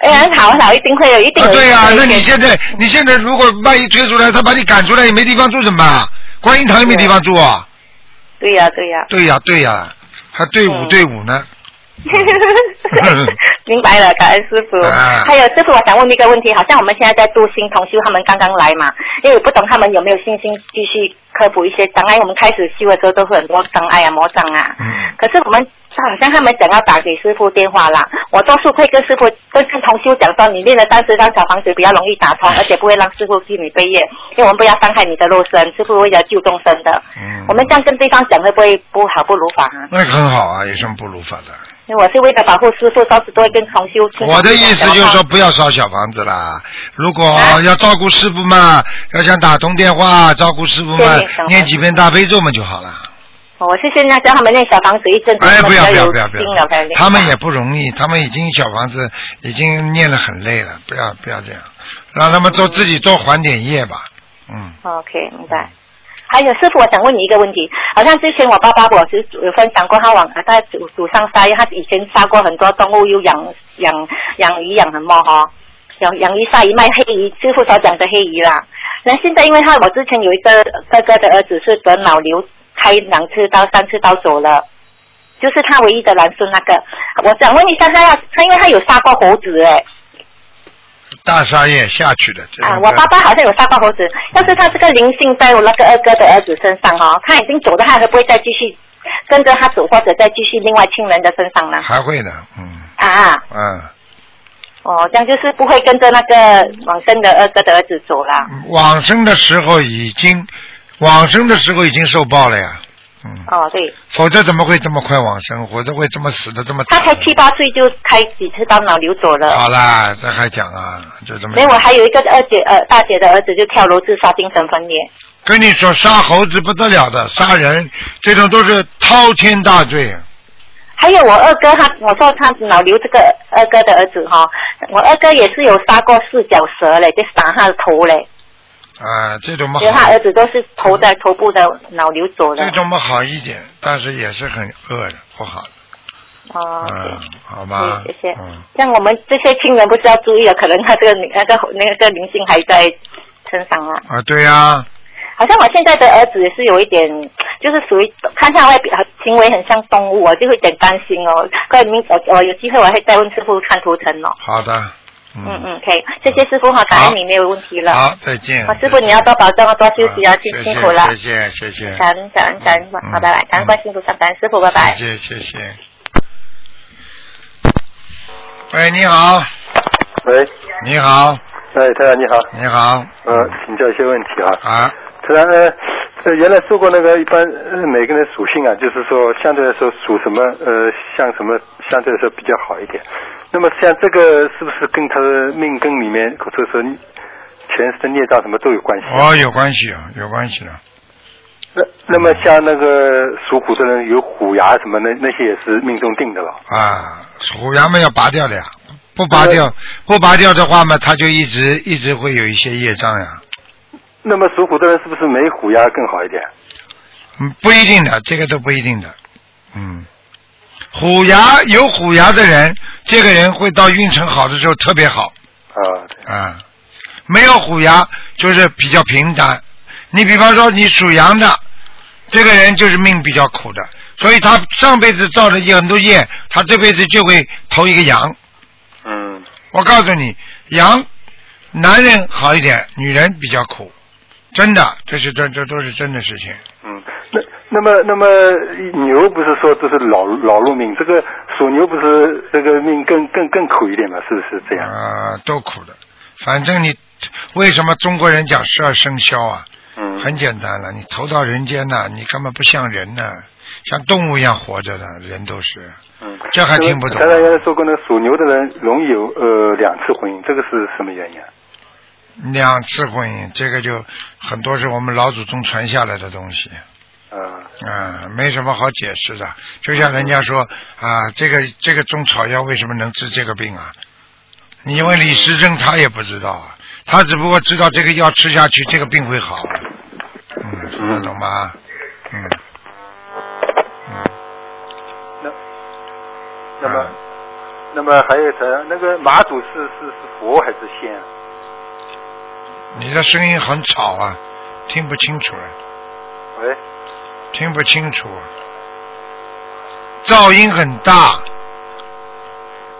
哎，很好很好，一定会有，一定啊有。对呀、一定那会你现在你现在如果万一推出来，他把你赶出来，也没地方住怎么办？观音堂也没地方住啊？对呀 对呀，对呀、啊对呀、还队伍嗯队伍呢。明白了，感恩师 傅。啊还有师傅，我想问一个问题，好像我们现在在度新同修，他们刚刚来嘛，因为我不懂他们有没有信心继续科普一些障碍。我们开始修的时候都会很多障碍啊、魔障啊。嗯可是我们好像他们想要打给师傅电话啦，我多数会跟师傅跟同修讲说，你练了三十张小房子比较容易打通，而且不会让师傅替你背业，因为我们不要伤害你的肉身，师傅为了救众生的。嗯我们这样跟对方讲会不会不好不如法啊？那很好啊，有什么不如法的？因为我是为了保护师傅，到时都会跟同修。我的意思就是说，，不要烧小房子啦。如果啊要照顾师傅嘛，要想打通电话照顾师傅嘛对小，念几遍大悲咒嘛就好了。我是现在教他们那小房子一阵子，哎，他们不要比不较要有不要不心啊了才要，他们也不容易，他们已经小房子已经念了很累了，不要不要这样，让他们多自己多还点业吧。嗯， OK，明白。还有师傅，我想问你一个问题，好像之前我爸爸我是有分享过，他往他祖祖上杀，因为他以前杀过很多动物，又养养养鱼养什么哈、养养鱼晒鱼卖黑鱼，师傅所讲的黑鱼啦。那现在因为他我之前有一个哥哥的儿子是得脑瘤，开两次刀、三次刀走了，就是他唯一的男孙那个。我想问一下他要他，因为他有杀过猴子哎、大沙叶下去的。这啊，种我的爸爸好像有杀过猴子，但是他这个灵性在我那个二哥的儿子身上哦，他已经走了，他还不会再继续跟着他走，或者再继续另外亲人的身上呢？还会的，嗯啊，嗯，哦，这样就是不会跟着那个往生的二哥的儿子走啦。嗯往生的时候已经，往生的时候已经受报了呀，嗯，哦，对，否则怎么会这么快往生？否则会这么死的这么他惨？才七八岁就开几次刀脑瘤走了。好啦，这还讲啊，就这么所以。我还有一个二姐呃大姐的儿子就跳楼自杀，精神分裂。跟你说，杀猴子不得了的，杀人这种都是滔天大罪。啊还有我二哥他，我说他老刘这个二哥的儿子哈、我二哥也是有杀过四脚蛇嘞，就打他的头嘞，啊，这种嘛所以他好儿，子都是头在头部的脑瘤走了这。种嘛好一点，但是也是很恶的，不好的，哦，嗯，好吧对，，谢谢嗯，。像我们这些亲人不是要注意了，可能他这个那个那个灵性还在身上啊。啊，对呀、好像我现在的儿子也是有一点，就是属于看他外表行为很像动物，我就会有点担心哦。快明我我有机会我还再问师傅看图腾哦。好的，嗯嗯，可以，谢谢师傅哈，感恩你没有问题了。好，再见。好，师傅你要多保重哦，多休息啊，啊辛谢辛谢苦了。谢谢谢谢。感恩感恩感恩，嗯好，拜拜，感恩关心菩萨，感恩师傅，拜拜。谢谢谢谢。喂，你好，喂，你好，哎，台长你好，你好，呃，请教一些问题啊。啊，台长呃，呃，原来说过那个一般、呃、每个人的属性啊，就是说相对来说属什么呃，像什么相对来说比较好一点。那么像这个是不是跟他的命根里面，或者说前世的孽障什么都有关系？哦，有关系啊，有关系的，那那么像那个属虎的人有虎牙什么那那些也是命中定的了。啊，虎牙嘛要拔掉的呀，不拔掉，不拔掉的话嘛，他就一直一直会有一些业障呀，那么属虎的人是不是没虎牙更好一点？嗯，不一定的，这个都不一定的，嗯，虎牙有虎牙的人，这个人会到运程好的时候特别好，啊，啊，没有虎牙就是比较平坦。你比方说你属羊的，这个人就是命比较苦的，所以他上辈子造的业很多业，他这辈子就会投一个羊。嗯，我告诉你，羊男人好一点，女人比较苦，真的，这是这这都是真的事情。嗯，那那么那么牛不是说这是老老弱命，这个属牛不是这个命更更更苦一点嘛？是不是这样？啊、都苦的。反正你为什么中国人讲十二生肖啊？嗯，很简单了，你投到人间呐、你根本不像人呐、像动物一样活着的，人都是。嗯，这还听不懂啊刚才原来说过呢，属牛的人容易有呃两次婚姻，这个是什么原因啊？两次婚姻，这个就很多是我们老祖宗传下来的东西，啊、啊、没什么好解释的。就像人家说啊，这个这个中草药为什么能治这个病啊？你问李时珍，他也不知道啊，他只不过知道这个药吃下去，这个病会好。啊嗯，听得懂吗？嗯，那么、啊那么还有一层，那个马祖是是是佛还是仙啊？你的声音很吵啊，听不清楚了、啊喂，听不清楚，啊噪音很大，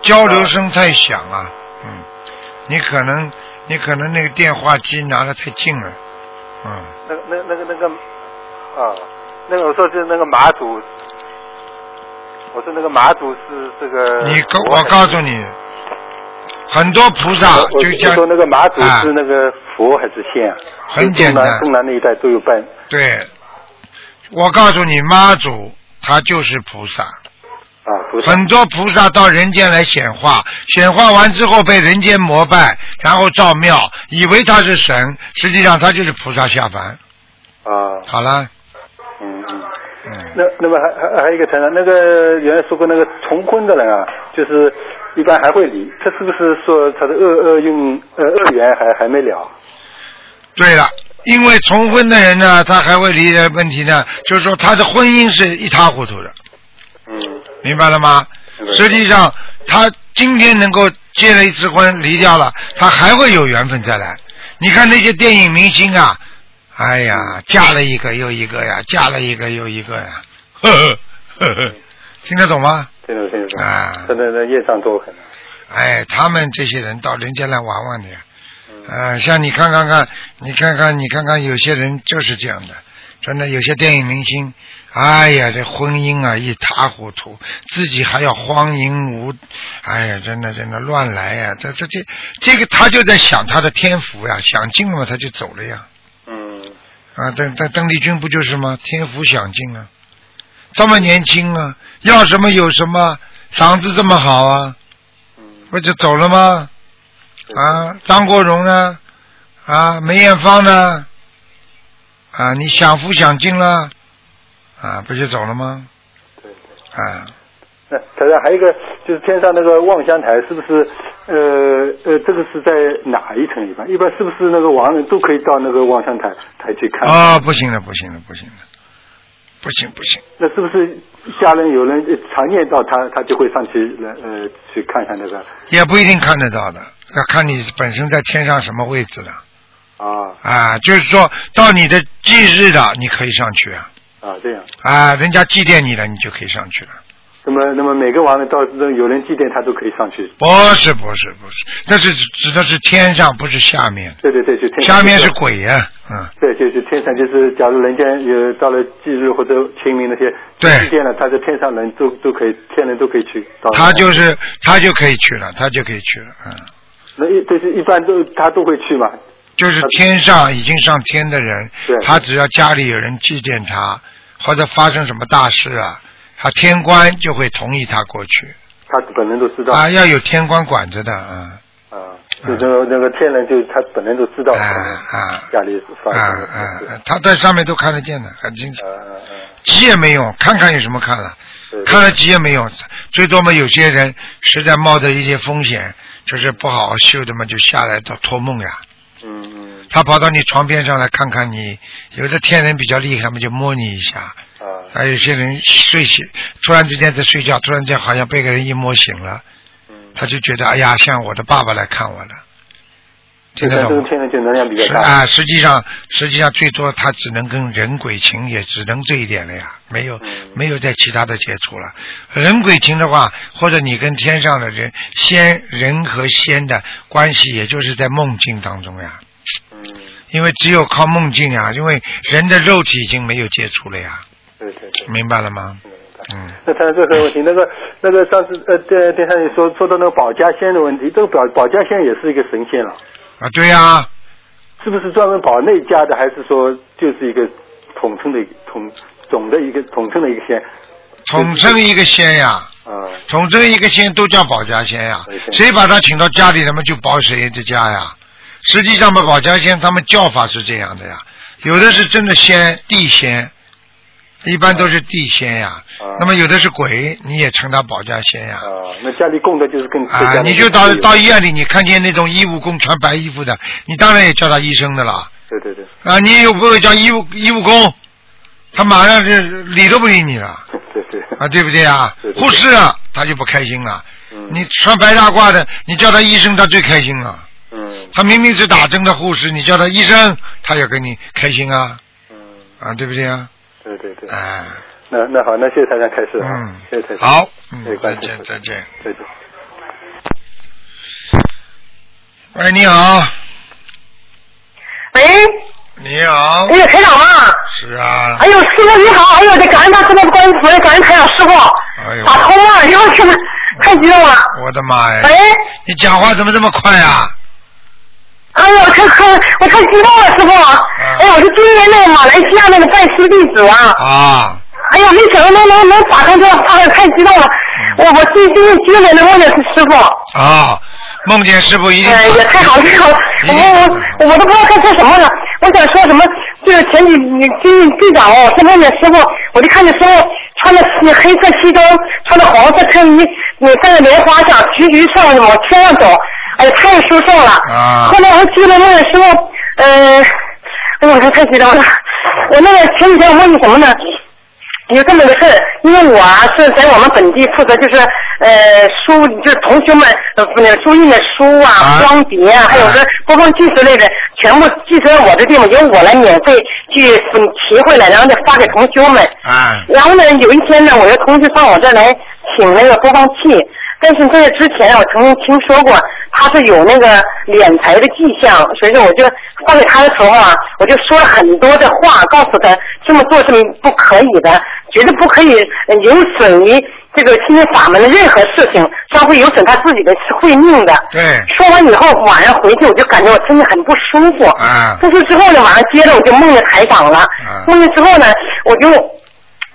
交流声太响啊。嗯，你可能你可能那个电话机拿的太近了，嗯，那个那个那个那个啊，那个我说就是那个马祖。我说那个马祖是这个，你告我告诉你，很多菩萨我我就听像说那个马祖啊是那个佛还是仙啊？很简东单南东南那一带都有拜。啊对，我告诉你，妈祖她就是菩萨，啊，菩萨。很多菩萨到人间来显化，显化完之后被人间膜拜，然后造庙，以为他是神，实际上他就是菩萨下凡。啊，好了，嗯嗯。嗯，那那么还还还有一个台长，那个原来说过那个重婚的人啊，就是一般还会离，他是不是说他的恶恶运呃恶缘还还没了？对了，因为重婚的人呢，他还会离的问题呢，就是说他的婚姻是一塌糊涂的，嗯明白了吗？实际上他今天能够结了一次婚离掉了，他还会有缘分再来。你看那些电影明星啊，哎呀，嫁了一个又一个呀，嫁了一个又一个呀，呵呵呵呵，听得懂吗？这种这种啊真的那业障多很啊。哎，他们这些人到人间来玩玩的呀。啊呃，像你看看看，你看看你看看，有些人就是这样的，真的有些电影明星，哎呀，这婚姻啊一塌糊涂，自己还要荒淫无，哎呀，真的真的乱来呀、这这这这个他就在想他的天福呀，享尽了他就走了呀，嗯，啊，邓邓邓丽君不就是吗？天福享尽啊，这么年轻啊，要什么有什么，嗓子这么好啊，嗯不就走了吗？啊，张国荣呢？啊，梅艳芳呢？啊，你享福享尽了，啊，不就走了吗？对对。啊，那台长还有一个就是天上那个望乡台，是不是呃呃，这个是在哪一层一般？一般是不是那个亡人都可以到那个望乡台台去看？啊，不行了，不行了，不行了，不行不行，那是不是家人有人呃常念到他，他就会上去来呃去看一下那个也不一定看得到的，要看你本身在天上什么位置了。啊啊，就是说到你的忌日了，你可以上去啊，啊这样？啊，人家祭奠你了，你就可以上去了。那么那么每个亡人到有人祭奠他都可以上去。不是不是不是，那是指的是天上，不是下面，对对对，就天上下面就是鬼呀、嗯。对，就是天上，就是假如人间有到了忌日或者清明那些对祭奠了，他在天上人都都可以，天人都可以去到。他就是他就可以去了，他就可以去了，嗯，那一就是一般都他都会去嘛。就是天上已经上天的人对，他只要家里有人祭奠他，或者发生什么大事啊，他天官就会同意他过去他本人都知道啊，要有天官管着的，嗯，啊，就这个那个天人就他本人都知道啊啊家里发啊生什么啊事，啊他在上面都看得见的，很清楚啊，啊啊急也没用，看看有什么看了。对看了急也没用，最多嘛有些人实在冒着一些风险，就是不好好修的嘛，就下来到托梦呀，嗯嗯他跑到你床边上来看看你，有的天人比较厉害嘛，就摸你一下。啊还有些人睡醒，突然之间在睡觉，突然间好像被个人一摸醒了，嗯，他就觉得哎呀，像我的爸爸来看我了，听就得像这懂种吗？天人就能量比是较大，啊，实际上实际上最多他只能跟人鬼情也只能这一点了呀，没有嗯没有再其他的接触了。人鬼情的话，或者你跟天上的人仙人和仙的关系，也就是在梦境当中呀。嗯，因为只有靠梦境啊，因为人的肉体已经没有接触了呀，对对对。明白了吗？明白嗯，那他这个问题，那个那个上次呃，电电上也说说到那个保家仙的问题，这个保保家仙也是一个神仙了，啊，对呀、是不是专门保内家的，还是说就是一个统称的一个统总的一个统称的一个仙？统称一个仙呀，啊、统称一个仙都叫保家仙呀保家，仙谁把他请到家里，他们就保谁的家呀。实际上嘛，保家仙他们叫法是这样的呀，有的是真的仙地仙，一般都是地仙呀啊。那么有的是鬼，你也称他保家仙呀啊。、那家里供的就是跟在啊家，里你就到供的到医院里，你看见那种医务工穿白衣服的，你当然也叫他医生的啦。对对 对啊，你有朋友叫医务医务工，他马上就理都不理你了对对，啊，对不对啊？对对对护士啊，他就不开心了。嗯你穿白大褂的，你叫他医生，他最开心了。嗯他明明是打针的护士，你叫他医生，他也跟你开心啊嗯，啊，对不对啊？对对对，哎，那那好，那谢谢台长开始啊，嗯谢谢台，长，好，谢嗯谢，再关心见，再见。再见。喂，你好，喂，你好哎，呀，台长啊！是啊哎，呦，师傅你好！哎呦，得感恩大慈大悲观世音菩萨，感恩台长师傅，哎呦打通了，哎呦哎我天哪，太激动了！我的妈呀喂，，你讲话怎么这么快啊？哎呦，太可我太激动了，师傅！哎呦，我是今年那个马来西亚那个拜师弟子啊，啊，哎呦，没想到能能能打通这个，哎呦，太激动了！我我最近积累的问的是师傅，啊，梦见师傅一定哎呀，太好了太好了，我我我都不知道该说什么了，我想说什么，就是前几你最最早哦，我看见师傅，我就看见师傅穿着黑色西装，穿着黄色衬衣，你戴着莲花像，徐徐上往天上走，哎呀，太舒服了。啊后来我记得那个时候，呃，哎呀，我太激动了。我那个前几天我问你什么呢？有这么个事儿，因为我啊是在我们本地负责就是呃书，就是同学们呃不那个注印的书啊、啊光碟啊，还有这播放器之类的，全部寄存在我这地方，由我来免费去嗯提回来，然后再发给同学们。啊，然后呢，有一天呢，我有同学上我这儿来请那个播放器，但是在这之前我曾经听说过他是有那个敛财的迹象，所以说我就发给他的时候啊，我就说了很多的话，告诉他这么做是不可以的，绝对不可以呃有损于这个心灵法门的任何事情，这样会有损他自己的慧命的。对，说完以后，晚上回去我就感觉我身体很不舒服。啊出去之后呢，晚上接着我就梦见台长了。嗯梦见之后呢，我就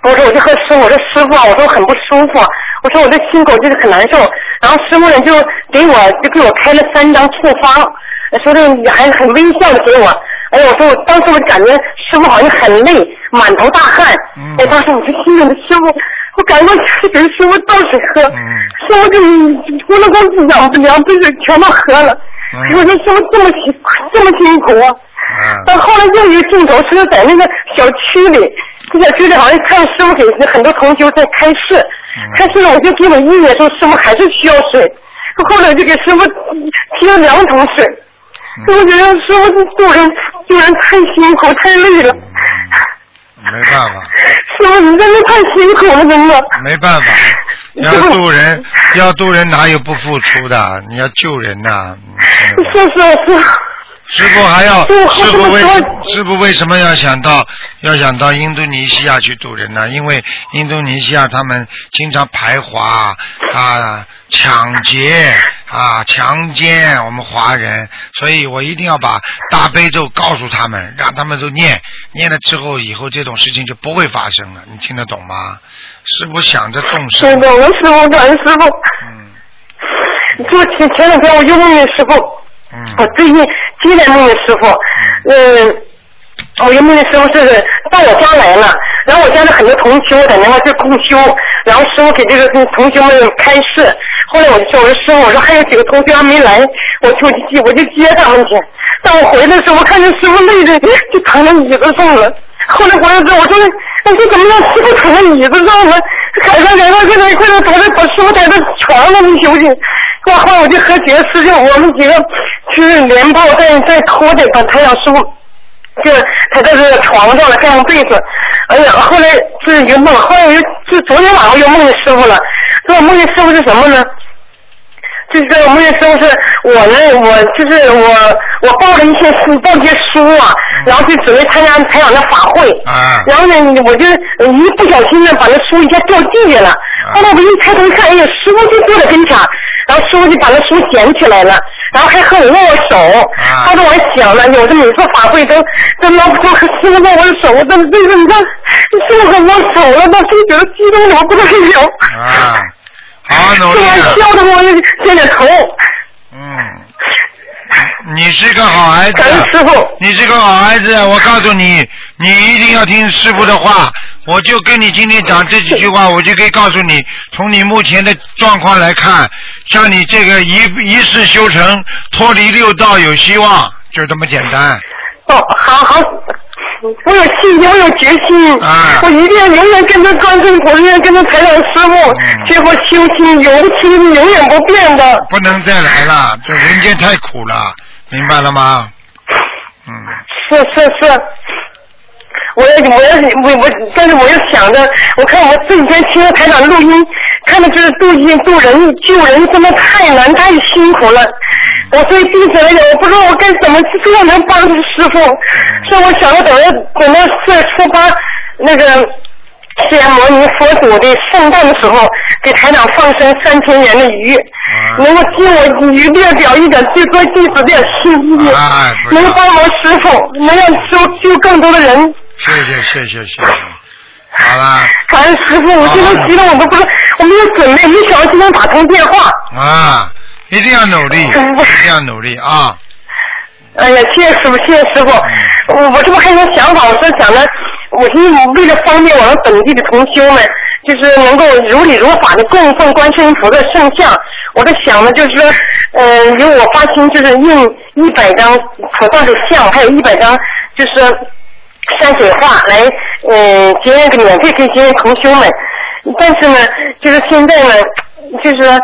我说我就和师傅我说师傅啊，我说我很不舒服，我说我这心口就是很难受。然后师傅呢就给我就给我开了三张处方，说的还很微笑的给我。哎呀，我说我当时我就感觉师傅好像很累，满头大汗。嗯哎，当时我就心想，师傅，我感觉我给师傅倒水喝，嗯师傅就咕噜咕噜两两杯水全都喝了。嗯我说师傅这么辛这么辛苦啊！但后来又有一个镜头是在那个小区里，这小区里好像看师傅给很多同学在开示，开示了我就给我意念说师傅还是需要水，后来我就给师傅提了两桶水，我觉得师傅救人救人太辛苦太累了，嗯，没办法。师傅你真的太辛苦了，真的。没办法，要渡人，要渡人哪有不付出的？你要救人呐、嗯真的是是师是，傅还要，对我师傅为这么说师傅为什么要想到要想到印度尼西亚去渡人呢？因为印度尼西亚他们经常排华啊、抢劫啊、强奸我们华人，所以我一定要把大悲咒告诉他们，让他们都念，念了之后，以后这种事情就不会发生了。你听得懂吗？师傅想着众生真，的，我师傅感恩师傅，嗯就前前两天我又问问师傅。嗯我最近接待那个师傅，嗯，我原本的师傅是到我家来了，然后我家的很多同修在那块是共修，然后师傅给这个同修们开示，后来我就说，我说师傅，我说还有几个同修还没来，我就我就接我就接他们去，但我回来的时候，我看见师傅累的就躺在椅子上了。后来回来之后，我说：“我说怎么让师傅躺在椅子上了？赶快赶快快点快点把他把师傅抬到床上去休息。”然后我就和几个师兄，我们几个就是连抱带带拖着把台长师傅就他在这个床上了，盖上被子。哎呀，后来这是一个梦，后来我又就昨天晚上我又梦见师傅了。这我梦见师傅是什么呢？就是我们那时候是我呢，我就是我，我抱着一些书，抱着一些书啊，然后就准备参加采访的法会。啊然后呢，我就呃一不小心呢，把那书一下掉地下了。后来我一抬头看，哎呀，师傅就坐在跟前儿，然后师傅就把那书捡起来了，然后还和我握握手。啊当时我还想呢，有这每次法会都都拉不住师傅握我的手，我真真是你看，师傅和我手了，当时觉得激动的我不得了。 啊，好好努这力玩意啊儿笑的我点点头，嗯，你是个好孩子啊感，恩师傅。你是个好孩子，啊我告诉你，你一定要听师傅的话。我就跟你今天讲这几句话，我就可以告诉你，从你目前的状况来看，像你这个一一世修成，脱离六道有希望，就这么简单。哦，好好，我有信心，我有决心，啊我一定要永远跟着观世音菩萨，永远跟着台长师嗯傅，学佛修心，永清永远不变的。不能再来了，这人间太苦了，明白了吗？嗯，是是是。我也我也我我，但是我又想着，我看我这几天听了台长录音，看到这个渡人渡人救人真的太难太辛苦了。我对弟子来讲，我不知道我该怎么去做能帮助师傅，所以我想着等着等到四月初八那个释迦牟尼佛祖的圣诞的时候，给台长放生三千元的鱼，啊能够尽我余力表一点，对做弟子点心意，哎不要能帮忙师傅，能让师傅救更多的人。谢谢谢谢谢谢，好啦。感恩师傅，我今天激动，我都不知道，我没有准备，没想到今天打通电话。啊，一定要努力，嗯一定要努力啊！哎呀，谢谢师傅，谢谢师傅。我我这不还有想法，我说想着，我寻思为了方便我们本地的同修们，就是能够如理如法的供奉观世音菩萨圣像，我在想呢，就是说，呃，由我发心就是印一百张菩萨的像，还有一百张就是。山水画来，嗯、呃，结缘免费给结缘同修们。但是呢，就是现在呢，就是说，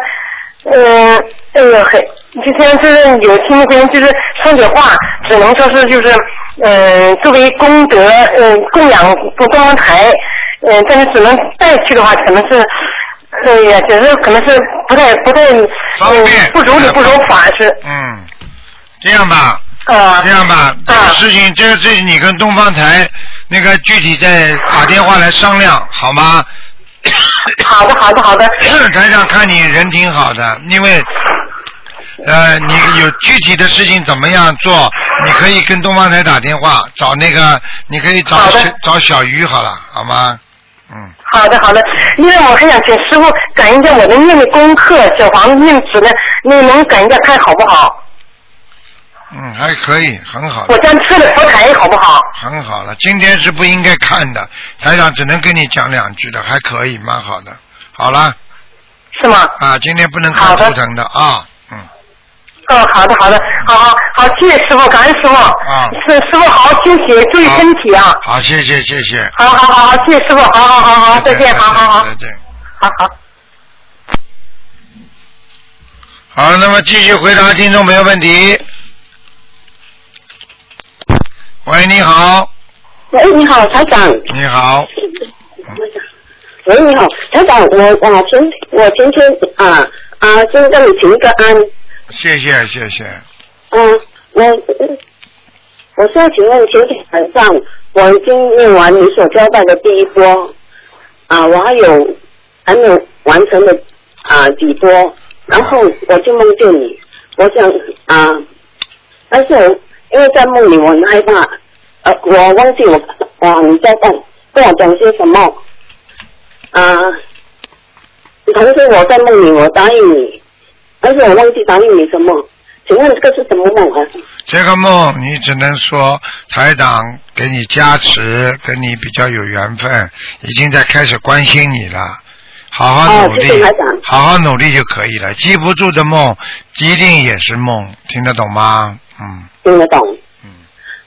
嗯、哎呦嘿，就像就是有些人就是山水画，只能说是就是，嗯、作为功德，嗯、供养供供阳台，嗯、但是只能带去的话，可能是。哎呀，只是可能是不太不太，嗯、方便不如理不如法是，嗯，这样吧，啊、这样吧，这个啊事情，这个事情你跟东方台那个具体再打电话来商量，好吗？好的好的好的，台长看你人挺好的，因为。呃，你有具体的事情怎么样做？你可以跟东方台打电话，找那个，你可以找好小的找小鱼好了，好吗？嗯，好的好的，因为我还想请师傅感应一下我的念的功课，小房子念纸呢，那能感应一下看好不好？嗯，还可以，很好的，我家吃的佛台好不好？很好了。今天是不应该看的，台长只能跟你讲两句的，还可以，蛮好的。好了，是吗？啊，今天不能看好的图腾的啊，嗯，哦，好的好的，好好好，谢谢师傅，感恩师傅。啊是师傅好好休息，注意好身体啊。好，谢谢谢谢，好好好好，谢谢师傅，好好好好，再见，好好好再，见。好好。好，那么继续回答听众朋友问题。喂，你好，喂，你好，台长。你好，喂，你好，台长，我啊前我前天啊啊先跟你请一个安，谢谢谢谢。嗯、我我现在请问前天晚上我已经念完你所交代的第一波，啊，我还有还没有完成的啊几波，然后我就梦见你，我想啊，但是我因为在梦里我很害怕，呃，我忘记我啊你在讲跟我讲些什么，啊，同时我在梦里我答应你，但是我忘记答应你什么，请问这个是什么梦啊？这个梦你只能说台长给你加持，跟你比较有缘分，已经在开始关心你了。好好哦努力，谢谢台长好好努力就可以了。记不住的梦，一定也是梦，听得懂吗？嗯，听得懂。嗯。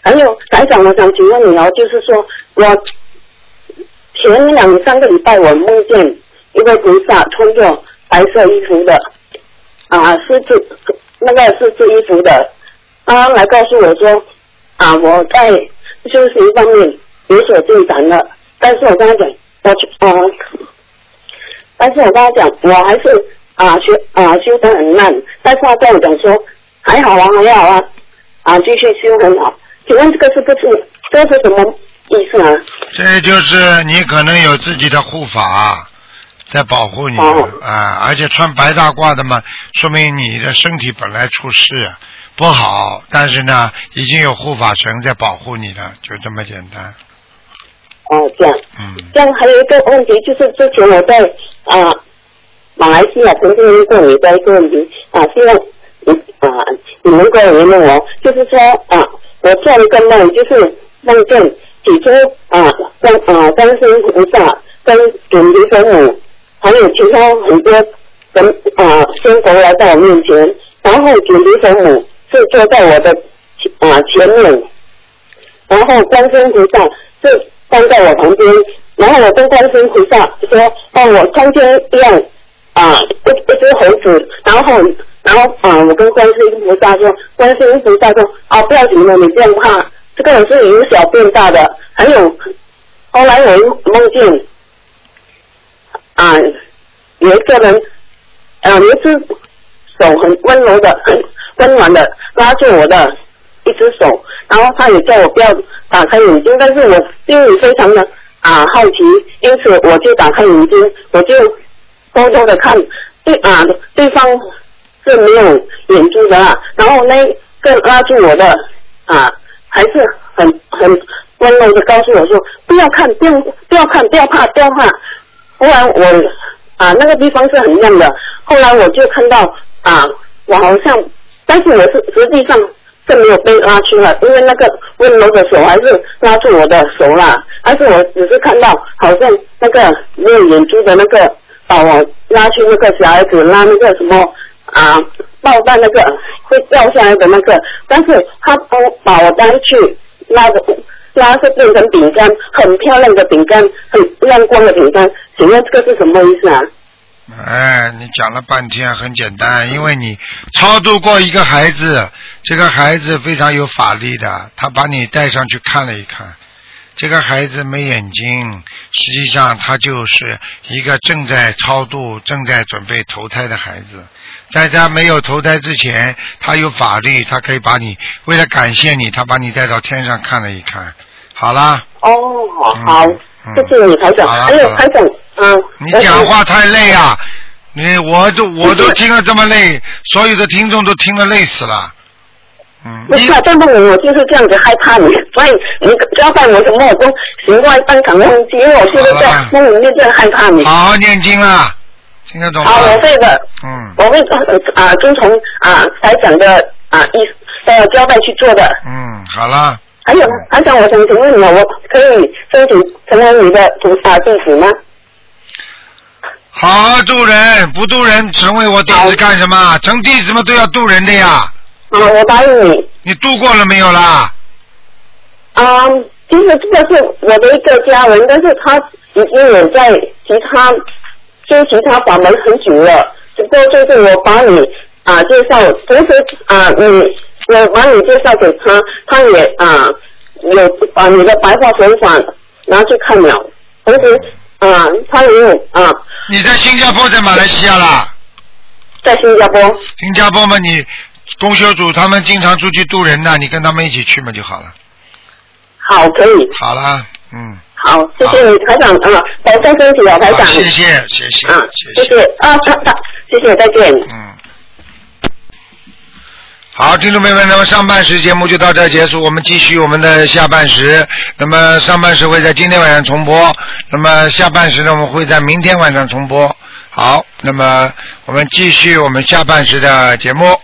还有台长，我想请问你哦，就是说我呃前两三个礼拜我梦见一个呃菩萨穿着白色衣服的，啊，是制那个是制衣服的，他来告诉我说，啊，我在呃修行方面有所进展了，但呃是我跟他讲，我去呃，但是我跟他讲，我还是啊修啊修得很烂，但是他跟我讲说，还好啊，还好啊，啊，继续修很好。请问这个是不是这是什么意思啊？这就是你可能有自己的护法在保护你哦啊，而且穿白大褂的嘛，说明你的身体本来出事不好，但是呢，已经有护法神在保护你了，就这么简单。哦，这样，嗯，这样还有一个问题就是之前我在啊、马来西亚曾经问过你的一个问题啊、希望你啊、你能够原谅我，就是说啊、我做了一个梦，就是梦见起初啊观啊观世音菩萨跟准提佛母，还有其他很多人啊仙佛来到我面前，然后准提佛母是坐在我的前啊、前面。然后观世音菩萨就站在我旁边，然后我跟观世音菩萨说，哦，我看见一样啊，一一只猴子，然后然后啊，我跟观世音菩萨说，观世音菩萨说，啊，不要紧的，你不用怕，这个也是由小变大的。还有后来我又梦见啊，有一个人，啊，有一只手很温柔的、 很温暖的拉住我的一只手，然后他也叫我不要打开眼睛，但是我心里非常的啊好奇，因此我就打开眼睛，我就偷偷的看对啊对方是没有眼珠的啦，然后那个拉住我的啊还是很很温柔的告诉我说不要看，不要不要看，不要怕，不要怕，后来我啊那个地方是很亮的，后来我就看到啊我好像，但是我是实际上是没有被拉去了，因为那个温柔的手还是拉住我的手啦，但是我只是看到好像那个没有眼珠的那个把我拉去那个小孩子拉那个什么啊爆弹那个会掉下来的那个，但是他不把我带去那个拉是变成饼干，很漂亮的饼干，很亮光的饼干。请问这个是什么意思啊？哎，你讲了半天很简单，因为你超度过一个孩子，这个孩子非常有法力的，他把你带上去看了一看，这个孩子没眼睛，实际上他就是一个正在超度、正在准备投胎的孩子。在他没有投胎之前，他有法力，他可以把你为了感谢你，他把你带到天上看了一看。好啦，哦，嗯好，嗯谢谢你台长。好了还有好了台长，嗯，你我讲话太累哦啊！你我都我都听了这么累，所有的听众都听得累死了。嗯，不你是啊，但是我就是这样子害怕你， 所以你交代我什么我都行外当场忘记，因为我现在在好了梦里面在害怕你。好好念经啦，听得懂吗好，？我会的，嗯我会呃啊遵从啊台长的啊意呃交代去做的。嗯，好啦，还有台长，我想请问你，啊我可以申请成为你的主啊弟子吗？好好度人，不度人成为我弟子干什么？成弟子嘛都要度人的呀。啊，我答应你。你度过了没有啦？啊，其实这个是我的一个家人，但是他已经有在其他修其他法门很久了，只不过就是我把你啊介绍，同时啊你我把你介绍给他，他也啊有把你的白话佛法拿去看了，同时啊他也有啊你在新加坡，在马来西亚啦？在新加坡新加坡嘛，你公修组他们经常出去度人的，你跟他们一起去嘛就好了。好可以好啦，嗯。好，谢谢你台长啊，保重身体啊台好，长，谢谢谢谢啊谢谢谢啊，台长谢谢再见。嗯。好，听众朋友们，那么上半时节目就到这儿结束，我们继续我们的下半时。那么上半时会在今天晚上重播，那么下半时呢，我们会在明天晚上重播。好，那么我们继续我们下半时的节目。